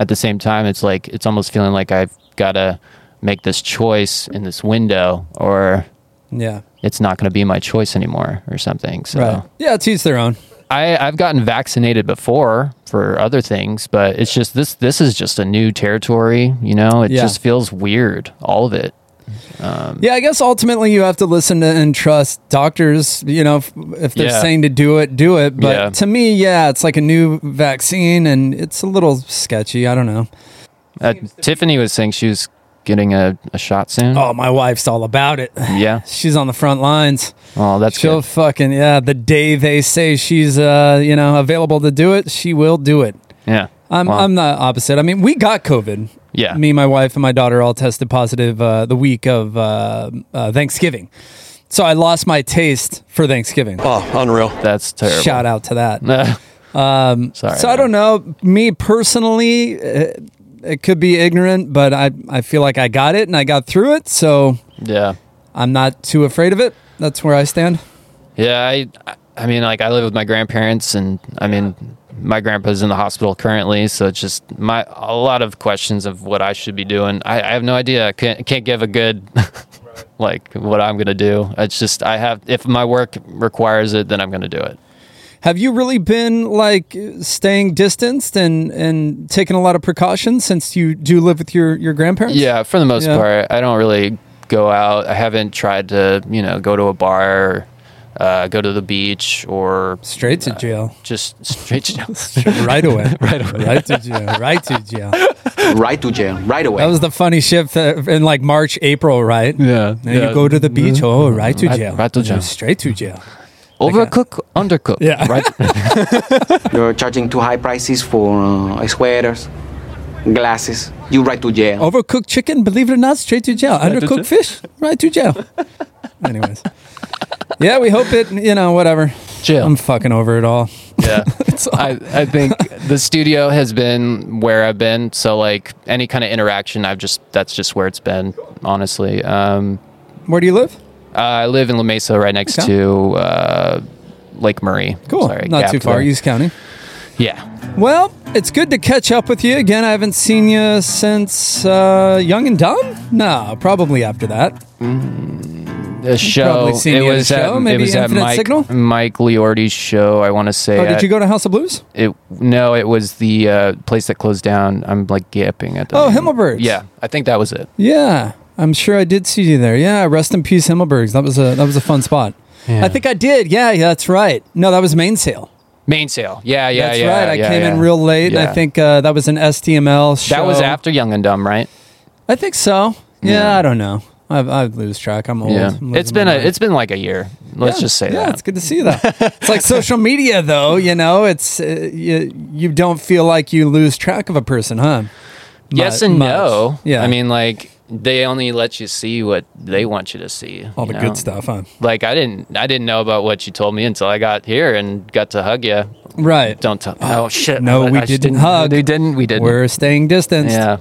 C: at the same time, it's like, it's almost feeling like I've got to make this choice in this window or
B: yeah.
C: it's not going to be my choice anymore or something. So
B: Right. Yeah, it's each their own.
C: I, I've gotten vaccinated before for other things, but it's just this, this is just a new territory, you know, it
B: Yeah.
C: just feels weird. All of it.
B: Yeah, I guess ultimately you have to listen to and trust doctors. You know, if, if they're
C: Yeah.
B: saying to do it, do it. But
C: Yeah.
B: to me, yeah, it's like a new vaccine, and it's a little sketchy. I don't know.
C: Uh, Tiffany was saying she was getting a, a shot soon.
B: Oh, my wife's all about it.
C: Yeah.
B: She's on the front lines.
C: Oh, that's
B: She'll
C: good.
B: fucking yeah. The day they say she's uh you know available to do it, she will do it.
C: Yeah.
B: I'm
C: Wow.
B: I'm the opposite. I mean, we got COVID.
C: Yeah.
B: Me, my wife, and my daughter all tested positive uh, the week of uh, uh, Thanksgiving. So I lost my taste for Thanksgiving.
E: Oh, unreal.
C: That's terrible. (laughs)
B: Shout out to that.
C: um, Sorry.
B: So I don't know. Me personally, uh, it could be ignorant, but I I feel like I got it and I got through it. So
C: Yeah.
B: I'm not too afraid of it. That's where I stand.
C: Yeah, I, I- I mean, like I live with my grandparents, and I mean, my grandpa's in the hospital currently, so it's just my a lot of questions of what I should be doing. I, I have no idea. I can't can't give a good (laughs) like what I'm gonna do. It's just I have if my work requires it, then I'm gonna do it.
B: Have you really been like staying distanced and and taking a lot of precautions since you do live with your your grandparents?
C: Yeah, for the most
B: Yeah.
C: part, I don't really go out. I haven't tried to you know go to a bar. Or, uh, go to the beach or
B: Straight
C: Uh,
B: to jail.
C: just
B: (laughs)
C: (laughs) straight to
B: right
C: (laughs)
B: away. right away. Right to jail. Right to jail.
E: Right to jail, right away.
B: That was the funny shift that- in like March, April, right?
C: Yeah,
B: Now
C: yeah.
B: you go to the beach. Oh, right to
C: Right-
B: jail.
C: right to jail.
B: Straight to jail.
C: overcook, undercook.
B: Yeah.
C: right.
B: (laughs)
E: You're charging too high prices for uh, sweaters, glasses. You right to jail.
B: Overcooked chicken, believe it or not, straight to jail. Undercooked fish, right to jail. (laughs) Anyways. Yeah, we hope it, you know, whatever.
C: Jail.
B: I'm fucking over it all. (laughs)
C: Yeah.
B: It's all-
C: I, I think the studio has been where I've been. So like any kind of interaction, I've just, that's just where it's been, honestly. Um,
B: Where do you live?
C: I live in La Mesa right next
B: Okay.
C: to, uh, Lake Murray.
B: Cool.
C: Sorry,
B: Not
C: Gap
B: too far,
C: there.
B: East County.
C: Yeah.
B: Well, it's good to catch up with you again. I haven't seen you since uh, Young and Dumb? No, probably after that.
C: The show.
B: probably seen
C: it
B: me at a
C: was
B: show,
C: at,
B: maybe
C: it was at
B: Infinite
C: Mike,
B: Signal?
C: Mike Liordi's show. I want to say,
B: Oh, did
C: at-
B: you go to House of Blues?
C: it, no, it was the, uh, place that closed down. I'm like gapping at the
B: Oh,
C: name.
B: Himmelberg's.
C: Yeah. I think that was it.
B: Yeah, I'm sure I did see you there. Yeah, rest in peace, Himmelbergs. That was a that was a fun spot. I think I did. Yeah, yeah, that's right. No, that was Mainsail.
C: Mainsail. Yeah. Yeah.
B: that's
C: yeah,
B: right. I
C: yeah,
B: came in
C: yeah.
B: real late, and
C: Yeah.
B: I think uh, that was an STML show.
C: That was after Young and Dumb, right?
B: I think so. Yeah, I don't know. I I lose track. I'm old.
C: Yeah,
B: I'm
C: it's
B: losing
C: been
B: my
C: a
B: mind.
C: it's been like a year. Let's
B: Yeah.
C: just say
B: yeah,
C: that.
B: it's good to see that. it's like social media, though. You know, it's uh, you, you don't feel like you lose track of a person, huh?
C: yes
B: Mu-
C: and
B: much.
C: no.
B: Yeah,
C: I mean, like they only let you see what they want you to see.
B: all
C: you
B: the
C: know?
B: good stuff, huh?
C: Like I didn't I didn't know about what you told me until I got here and got to hug you.
B: Right.
C: Don't tell. Oh shit!
B: no,
C: I-
B: we
C: I
B: didn't hug.
C: We didn't. We didn't.
B: We're staying distanced.
C: yeah.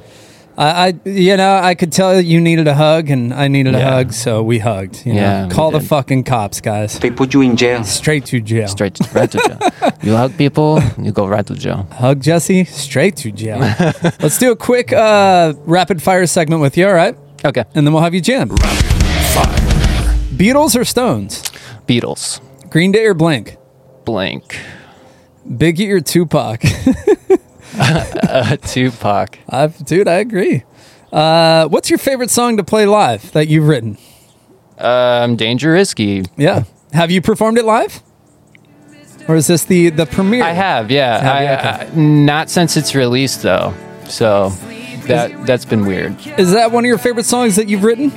B: I, I, you know, I could tell that you needed a hug, and I needed a
C: Yeah.
B: hug, so we hugged. You know?
C: Yeah, we
B: call the
C: did.
B: fucking cops, guys.
E: They put you in jail.
B: Straight to jail.
C: Straight to, right to
B: (laughs)
C: jail. You hug people, you go right to jail.
B: Hug Jesse. Straight to
C: (laughs)
B: jail. Let's do a quick uh, rapid fire segment with you. All right,
C: Okay.
B: and then we'll have you jam. Beatles or Stones?
C: Beatles.
B: Green Day or Blank?
C: Blank. (laughs)
B: Biggie or Tupac? (laughs)
C: Tupac.
B: I've, dude, I agree. Uh, what's your favorite song to play live that you've written?
C: Um, Danger Risky.
B: Yeah. Have you performed it live? Or is this the the premiere?
C: I have, yeah.
B: Have you?
C: I- I- not since it's released though, so that that's been weird.
B: Is that one of your favorite songs that you've written?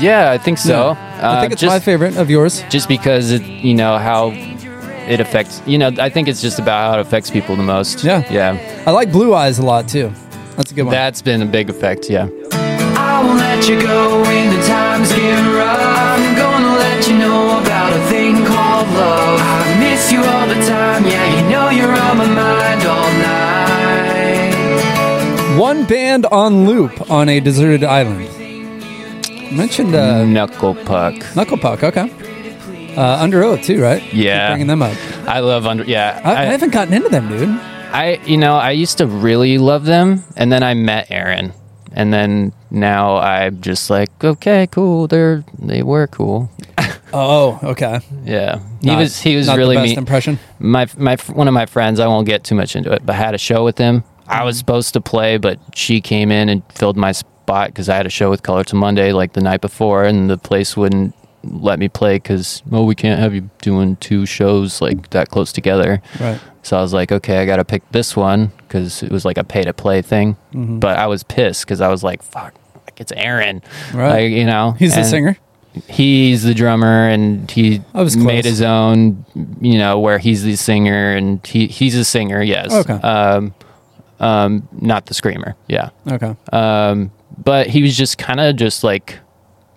C: Yeah, I think so.
B: Hmm. I think
C: Uh,
B: it's
C: just,
B: my favorite of yours.
C: Just because it, you know how it affects. You know, I think it's just about how it affects people the most.
B: Yeah.
C: yeah.
B: I like Blue Eyes a lot too. That's a good one.
C: That's been a big effect. Yeah.
D: I won't let you go when the times get rough. I'm gonna let you know about a thing called love. I miss you all the time, yeah, you know you're on my mind all night.
B: one band on loop on a deserted island. You mentioned uh,
C: Knuckle puck.
B: Knuckle Puck. Okay. Uh, Under Oath too, right?
C: Yeah.
B: Keep bringing them up.
C: I love under. Yeah.
B: I, I haven't gotten into them, dude.
C: I you know I used to really love them, and then I met Aaron, and then now I'm just like, okay, cool. They're they were cool.
B: Oh, okay.
C: Yeah, he
B: Not-
C: was he was
B: not
C: really
B: the best
C: mean.
B: impression.
C: my my one of my friends. I won't
B: Mm-hmm.
C: get too much into it, but had a show with him. I was supposed to play, but she came in and filled my s- spot because I had a show with Color to Monday like the night before, and the place wouldn't let me play because well, we can't have you doing two shows like that close together.
B: Right.
C: So I was like, okay, I got to pick this one because it was like a pay to play thing.
B: Mm-hmm.
C: But I was pissed because I was like, fuck, like it's Aaron,
B: Right.
C: Like, you know,
B: He's the
C: and-
B: singer.
C: he's the drummer and he
B: I was close.
C: made his own you know where he's the singer and he he's a singer yes
B: Okay.
C: um um not the screamer yeah
B: Okay.
C: um but he was just kind of just like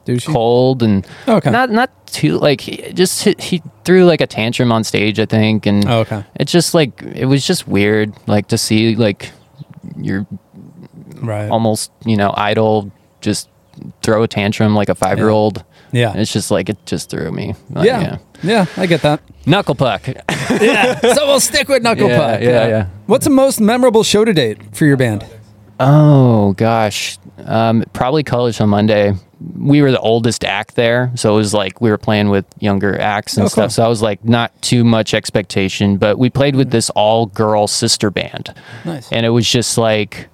B: Douchey.
C: cold and
B: Oh, Okay.
C: not not too like he just he, he threw like a tantrum on stage i think and
B: Oh, okay.
C: it's just like it was just weird like to see like your
B: Right.
C: almost you know idol just throw a tantrum like a five year old
B: Yeah.
C: it's just like it just threw me Like,
B: yeah. yeah. I get that.
C: knuckle puck
B: so we'll stick with Knuckle
C: Yeah,
B: Puck.
C: yeah, yeah.
B: What's the most memorable show to date for your band?
C: oh gosh um, probably college on monday we were the oldest act there so it was like we were playing with younger acts and
B: Oh,
C: stuff
B: cool.
C: so i was like not too much expectation but we played with this all girl sister band
B: Nice.
C: and it was just like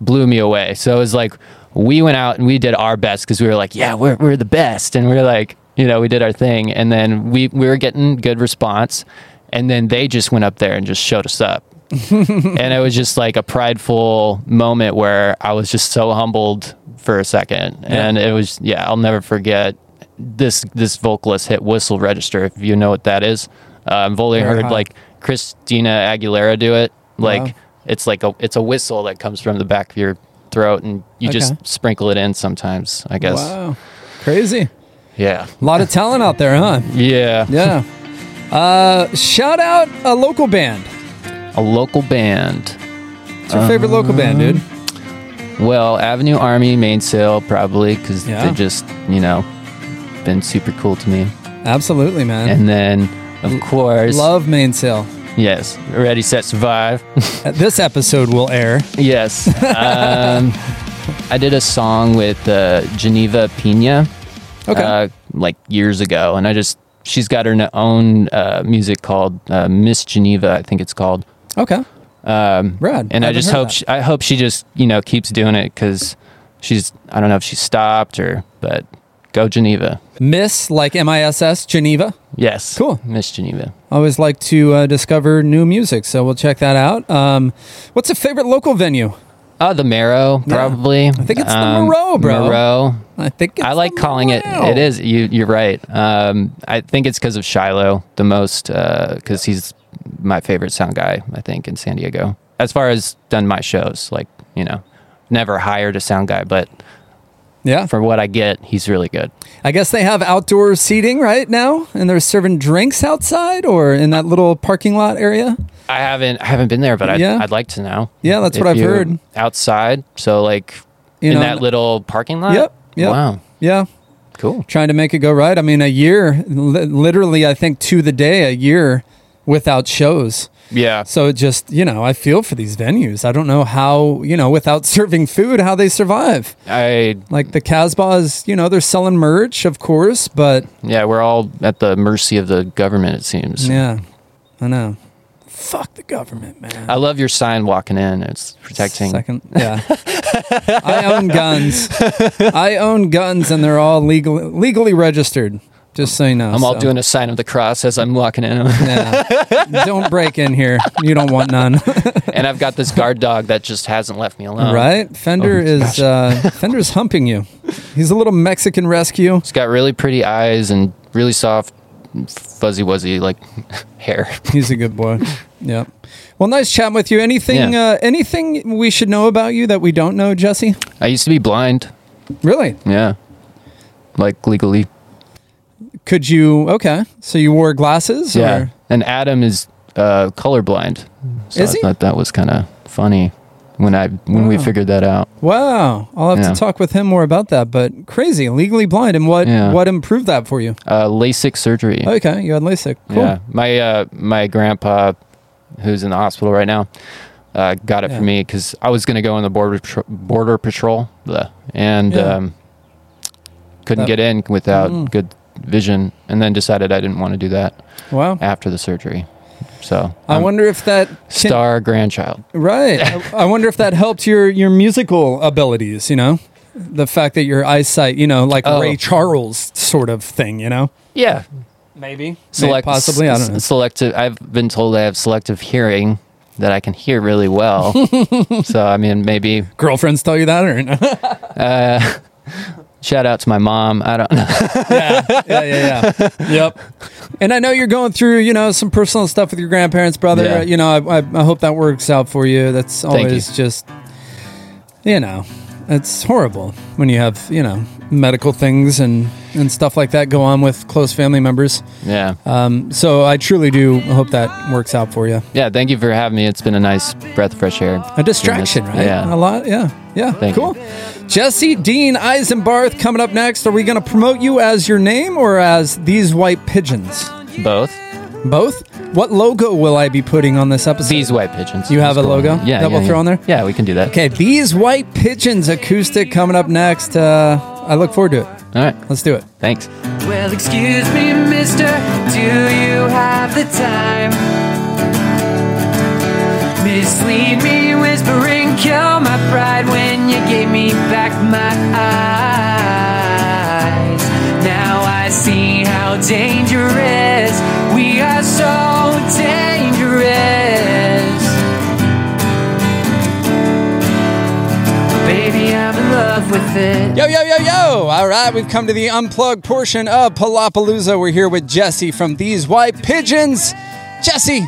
C: blew me away. So it was like we went out and we did our best because we were like, yeah, we're we're the best, and we are like, you know, we did our thing, and then we we were getting good response, and then they just went up there and just showed us up, and it was just like a prideful moment where I was just so humbled for a second, and it was yeah, I'll never forget this this vocalist hit whistle register if you know what that is. Uh, I've only
B: Very
C: heard
B: high.
C: like Christina Aguilera do it, like
B: Wow.
C: it's like a it's a whistle that comes from the back of your throat and you
B: Okay.
C: just sprinkle it in sometimes i guess
B: Wow. Crazy.
C: yeah
B: A lot of talent out there,
C: (laughs)
B: huh?
C: yeah
B: Yeah. Uh, shout out a local band.
C: a local band
B: What's your favorite local band, dude?
C: Uh-huh. well avenue army mainsail probably because
B: Yeah.
C: they just you know been super cool to me
B: Absolutely, man.
C: and then of course
B: Love Mainsail.
C: yes ready set survive (laughs)
B: Uh, This episode will air.
C: yes um, i did a song with uh, geneva pina
B: Okay.
C: uh, like years ago, and I just she's got her n- own uh, music called uh, Miss Geneva, I think it's called.
B: okay.
C: Um,
B: Rad.
C: And I,
B: Haven't
C: just
B: heard
C: hope
B: that.
C: she, I hope she just you know keeps doing it because she's I don't know if she stopped or but go Geneva.
B: Miss, like M I S S, Geneva.
C: Yes.
B: Cool.
C: Miss Geneva.
B: I always like to uh, discover new music, so we'll check that out. Um, what's a favorite local venue?
C: Oh, the Marrow, probably. Um, I
B: think it's the Marrow, bro.
C: Marrow.
B: I think it's
C: I like
B: the
C: calling it.
B: Morale.
C: It is. You, you're right. Um, I think it's because of Shiloh the most, because he's my favorite sound guy. I think in San Diego, as far as done my shows, like you know, never hired a sound guy, but
B: Yeah.
C: for what I get, he's really good.
B: I guess they have outdoor seating right now, and they're serving drinks outside or in that little parking lot area.
C: I haven't I haven't been there, but I'd,
B: Yeah.
C: I'd like to know.
B: Yeah, that's what
C: If
B: I've
C: you're
B: heard.
C: Outside, so like
B: You
C: in
B: know,
C: that little parking lot.
B: Yep. Yep.
C: Wow.
B: Yeah.
C: Cool.
B: Trying to make it go right. I mean, a year, li- literally, I think to the day, a year without shows.
C: Yeah.
B: So it just, you know, I feel for these venues. I don't know how, you know, without (laughs) serving food, how they survive.
C: I
B: Like the Casbah is, you know, they're selling merch, of course, but
C: yeah, we're all at the mercy of the government. It seems.
B: yeah, I know. Fuck the government, man.
C: I love your sign walking in. It's protecting.
B: Second, yeah. I own guns. I own guns, and they're all legal, legally registered. Just so you know.
C: I'm all
B: so,
C: doing a sign of the cross as I'm walking in,
B: (laughs) Yeah. don't break in here. You don't want none,
C: and I've got this guard dog that just hasn't left me alone.
B: right?
C: Oh,
B: Fender is uh, Fender's humping you. He's a little Mexican rescue.
C: He's got really pretty eyes and really soft, fuzzy wuzzy like (laughs) hair.
B: He's a good boy. Yep. Well, nice chatting with you. Anything,
C: Yeah.
B: uh, anything we should know about you that we don't know, Jesse?
C: I used to be blind.
B: Really?
C: Yeah, like legally.
B: Could you? Okay. So you wore glasses?
C: Yeah,
B: Or?
C: and Adam is uh, colorblind. So
B: Is
C: I
B: he? Oh.
C: thought that was kind of funny when I when we
B: Wow.
C: figured that out.
B: Wow. I'll have
C: Yeah.
B: to talk with him more about that. But crazy, legally blind, and what
C: Yeah.
B: what improved that for you?
C: Uh, LASIK surgery.
B: Okay, you had LASIK. Cool.
C: Yeah, my uh, my grandpa, who's in the hospital right now, uh, got it
B: Yeah.
C: for me because I was gonna go on the border patro- border patrol, bleh, and
B: Yeah.
C: um, couldn't
B: That-
C: get in without
B: Mm.
C: good vision, and then decided I didn't want to do that
B: Wow.
C: after the surgery. So
B: I
C: I'm
B: wonder if that can-
C: star grandchild. (laughs)
B: right. I, I wonder if that helped your your musical abilities. You know, the fact that your eyesight, you know, like
C: Oh.
B: Ray Charles sort of thing, you know?
C: Yeah,
B: Maybe.
C: select
B: possibly. I don't know.
C: Selective. I've been told I have selective hearing that I can hear really
B: (laughs)
C: well. so I mean, maybe
B: Girlfriends tell you that or no?
C: shout out to my mom. I don't (laughs) know.
B: yeah, yeah,
C: (laughs)
B: yeah. yep. And I know you're going through, you know, some personal stuff with your grandparents, brother.
C: Yeah.
B: You know, I, I, I hope that works out for you. That's
C: you.
B: always just, you know, it's horrible when you have, you know, medical things and and stuff like that go on with close family members.
C: Yeah,
B: Um, so I truly do hope that works out for you.
C: yeah. Thank you for having me. It's been a nice breath of fresh air.
B: A distraction, right?
C: Yeah.
B: A lot. Yeah. Yeah.
C: Thank
B: cool. Jesse Dean Eisenbarth coming up next. Are we going to promote you as your name or as these white pigeons?
C: Both
B: Both? What logo will I be putting on this episode?
C: these white pigeons.
B: You have
C: That's
B: a
C: cool.
B: logo
C: Yeah,
B: that
C: yeah,
B: we'll throw
C: yeah.
B: on there?
C: Yeah, we can do that.
B: Okay, these white pigeons acoustic coming up next. Uh, I look forward to it.
C: All right.
B: Let's do it.
C: Thanks.
D: Well, excuse me, mister, do you have the time? Mislead me, whispering, kill my pride when you gave me back my eyes. Now I see how dangerous we are so dangerous. Baby, I'm in love with it.
B: Yo, yo, yo, yo! All right, we've come to the unplugged portion of Palapalooza. We're here with Jesse from These White Pigeons. Jesse,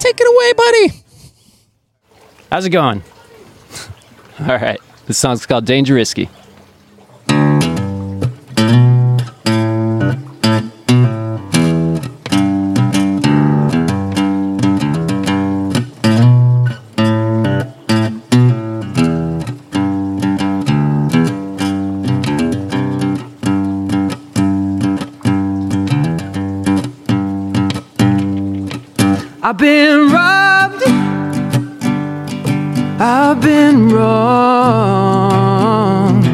B: take it away, buddy.
C: How's it going? (laughs) All right. This song's called Danger Risky.
D: I've been robbed. I've been wrong.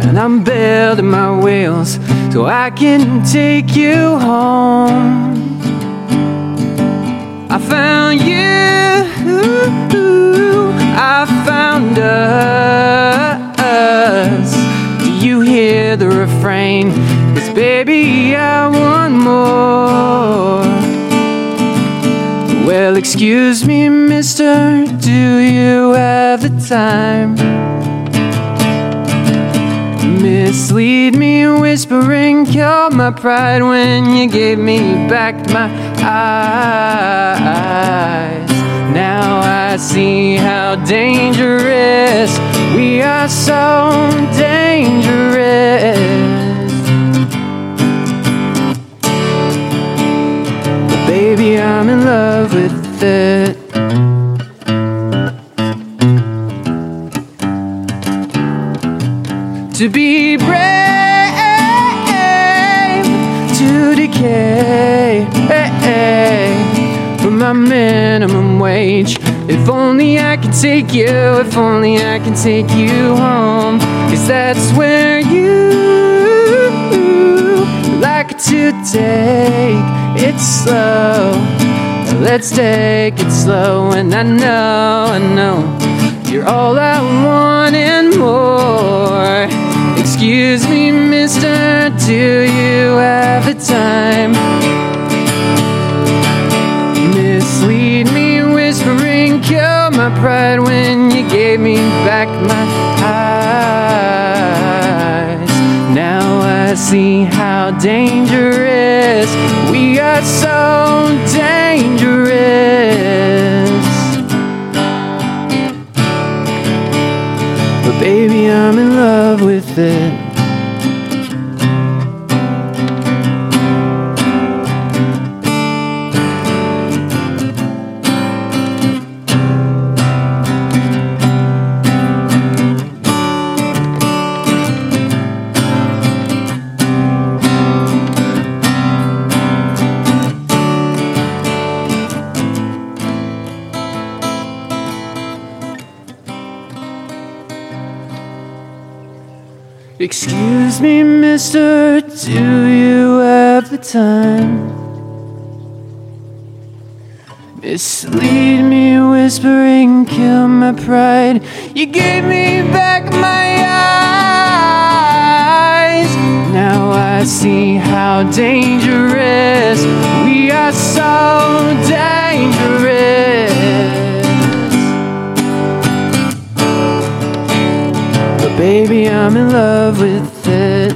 D: And I'm building my wheels so I can take you home. I found you. I found us. Do you hear the refrain? Cause baby, I want more. Well, excuse me, mister, do you have the time? Mislead me, whispering, kill my pride when you gave me back my eyes. Now I see how dangerous we are, so dangerous. Baby, I'm in love with it. To be brave, to decay for my minimum wage. If only I could take you, if only I could take you home. Cause that's where you like to take it slow. Let's take it slow, and I know, I know, you're all I want and more. Excuse me, mister, do you have the time? Mislead me, whispering, kill my pride when you gave me back my eyes. Now I see how dangerous we are, so dangerous. But baby, I'm in love with it. Excuse me, mister, do you have the time? It's lead me whispering, kill my pride. You gave me back my eyes. Now I see how dangerous we are so dangerous. But baby, I'm in love with it.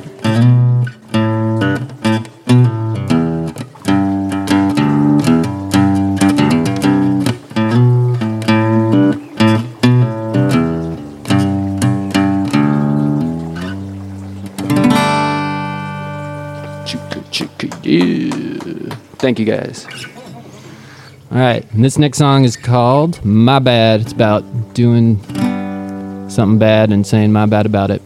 D: Chicka, chicka, yeah. Thank you guys. All right, and this next song is called My Bad. It's about doing something bad and saying my bad about it.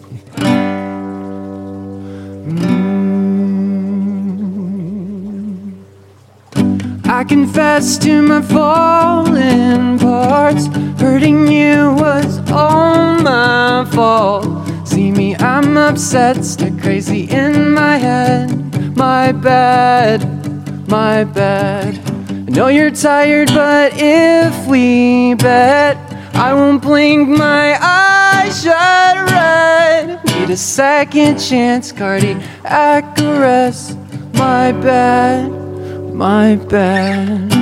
D: I confess to my fallen parts. Hurting you was all my fault. See me, I'm upset, stuck crazy in my head. My bad, my bad. I know you're tired, but if we bet, I won't blink my eyes shut red. Need a second chance, cardiac arrest. My bad, my bad.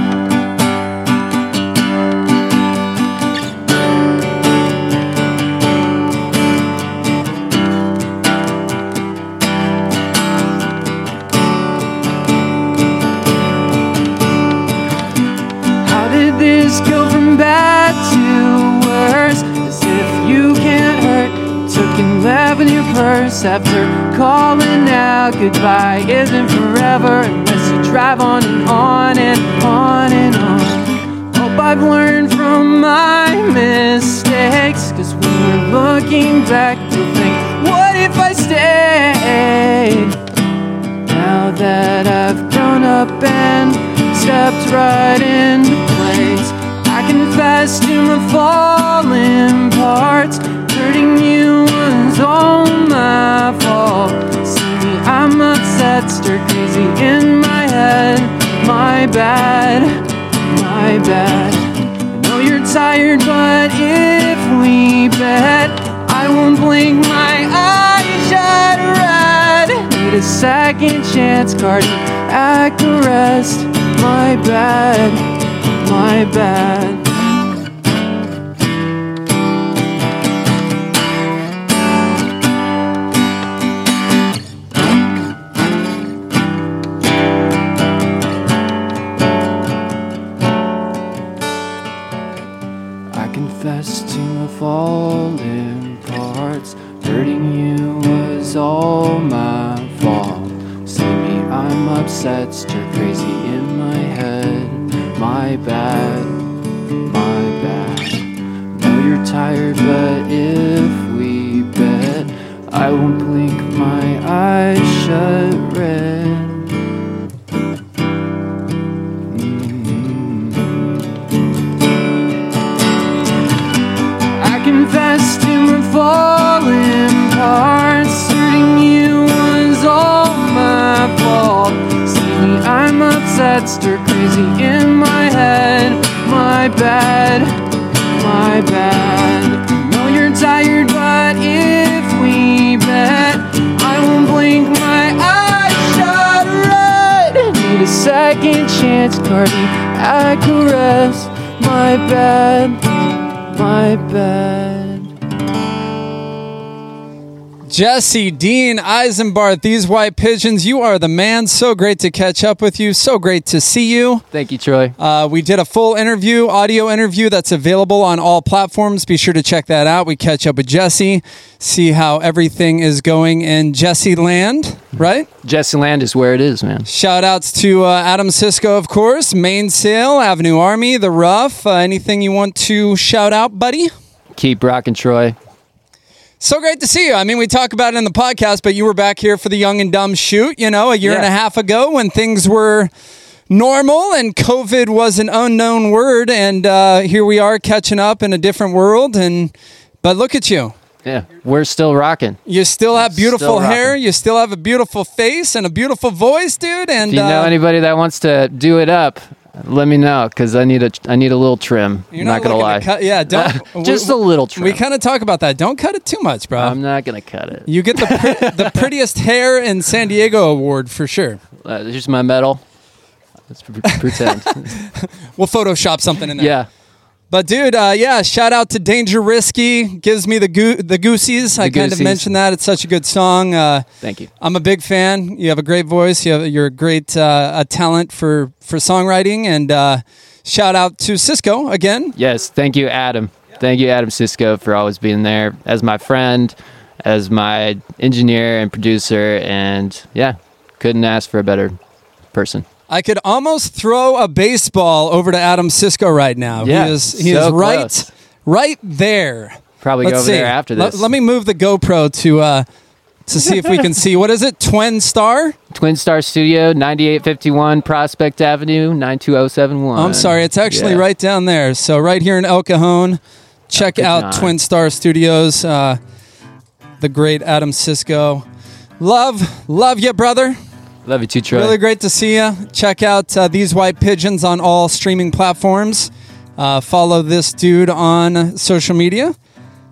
D: How did this go from bad to worse? As if you can't hurt. Took and left in your purse after calling out goodbye. Isn't forever unless you drive on and on and on and on. Hope I've learned from my mistakes. Cause when we're looking back, you'll think, what if I stayed? Now that I've grown up and stepped right into place, I confess to my fallen parts. Hurting you was all my fault. See me, I'm upset, stir crazy in my head. My bad, my bad. I know you're tired, but if we bet, I won't blink my eyes shut red. Need a second chance, cardiac arrest. My bad, my bad. I confess to my fallen parts. Hurting you was all my fault. See me, I'm upset, stir crazy in my head. My bad, my bad. Know you're tired, but if we bet, I won't blink my eyes shut red. I confess to my fallen parts. Hurting you was all my fault. See me, I'm upset, stir crazy in my head. My bad, my bad. I know you're tired, but if we bet, I won't blink my eyes shut red. Need a second chance, cardiac arrest. My bad my bed.
B: Jesse, Dean, Eisenbart, these white pigeons, you are the man. So great to catch up with you. So great to see you.
D: Thank you, Troy.
B: Uh, we did a full interview, audio interview that's available on all platforms. Be sure to check that out. We catch up with Jesse, see how everything is going in Jesse land, right?
D: Jesse Land is where it is, man.
B: Shout outs to uh, Adam Cisco, of course, Mainsail, Avenue Army, The Rough. Uh, anything you want to shout out, buddy?
D: Keep rocking, Troy.
B: So great to see you. I mean, we talk about it in the podcast, but you were back here for the Young and Dumb shoot, you know, a year
D: Yeah.
B: and a half ago when things were normal and COVID was an unknown word. And uh, here we are catching up in a different world. And but look at you.
D: Yeah, we're still rocking.
B: You still have beautiful
D: rocking.
B: hair. You still have a beautiful face and a beautiful voice, dude. And
D: If you know
B: uh,
D: anybody that wants to do it up,
C: Let me know because I need a I need a little trim. I'm not, gonna
B: looking
C: lie,
B: cut, yeah,
D: (laughs)
B: don't.
C: just
B: we,
C: a little trim.
B: We kind of talk about that. Don't cut it too much, bro.
C: I'm not gonna cut it.
B: you get the
D: (laughs)
B: pre- the prettiest hair in San Diego award for sure.
C: Uh, here's my medal. Let's
B: (laughs)
C: pre- pretend.
B: We'll Photoshop something in there.
C: (laughs) yeah,
B: But dude, uh, yeah, shout out to Danger Risky. Gives me the goo- the goosies. I kind of
C: goosies.
B: mentioned that. It's such a good song. Uh,
C: thank you.
B: I'm a big fan. You have a great voice. You have, you're a great uh, a talent for for songwriting. And uh, shout out to Cisco again.
C: Yes, thank you, Adam. Thank you, Adam Cisco, for always being there as my friend, as my engineer and producer, and yeah, couldn't ask for a better person.
B: I could almost throw a baseball over to Adam Cisco right now.
C: Yeah,
B: he is he
C: so
B: is right
C: close.
B: right there.
C: Probably go over there after
B: Le-
C: this.
B: Let, me move the GoPro to uh, to see if we can see what is it? Twin Star?
C: Twin Star Studio, 9851 Prospect Avenue, 92071.
B: Oh, I'm sorry, it's actually
C: Yeah.
B: right down there. So right here in El Cajon, check
C: Good
B: out
C: night.
B: Twin Star Studios. Uh, the great Adam Cisco. Love, love you, brother.
C: Love you too, Troy.
B: Really great to see you. Check out uh, these white pigeons on all streaming platforms. Uh, follow this dude on social media.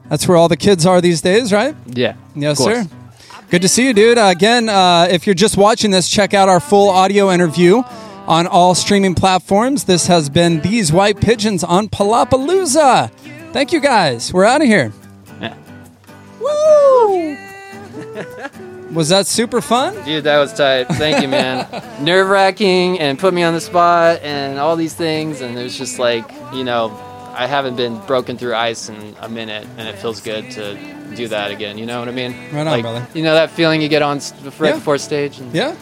B: That's where all the kids are these days, right?
C: yeah.
B: Yes,
C: of course.
B: sir. Good to see you, dude. Uh, again, uh, if you're just watching this, check out our full audio interview on all streaming platforms. This has been These White Pigeons on Palapalooza. Thank you, guys. We're out of here.
C: Yeah. (laughs)
B: Woo! Was that super fun?
C: Dude, that was tight. Thank
B: (laughs)
C: you, man. Nerve wracking and put me on the spot and all these things. And it was just like, you know, I haven't been broken through ice in a minute, and it feels good to do that again. You know what I mean?
B: Right on,
C: like,
B: brother.
C: You know that feeling you get on s- right
B: Yeah.
C: before stage? And,
B: Yeah.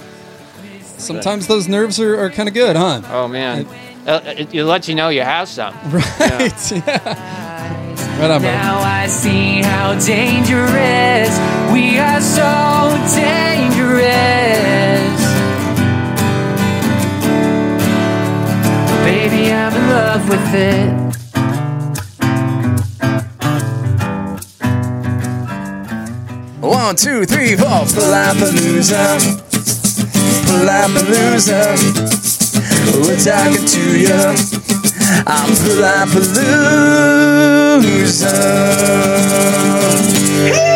B: Sometimes those nerves are, are kind of good, huh? (laughs)
C: Oh, man. Uh, It, it lets you know you have some.
B: Right. (laughs) Yeah. Right on, brother.
D: Now I see how dangerous we are so dangerous. Baby, I'm in love with it.
A: One, two, three, four. Palapalooza. Palapalooza. We're talking to you. I'm Palapalooza.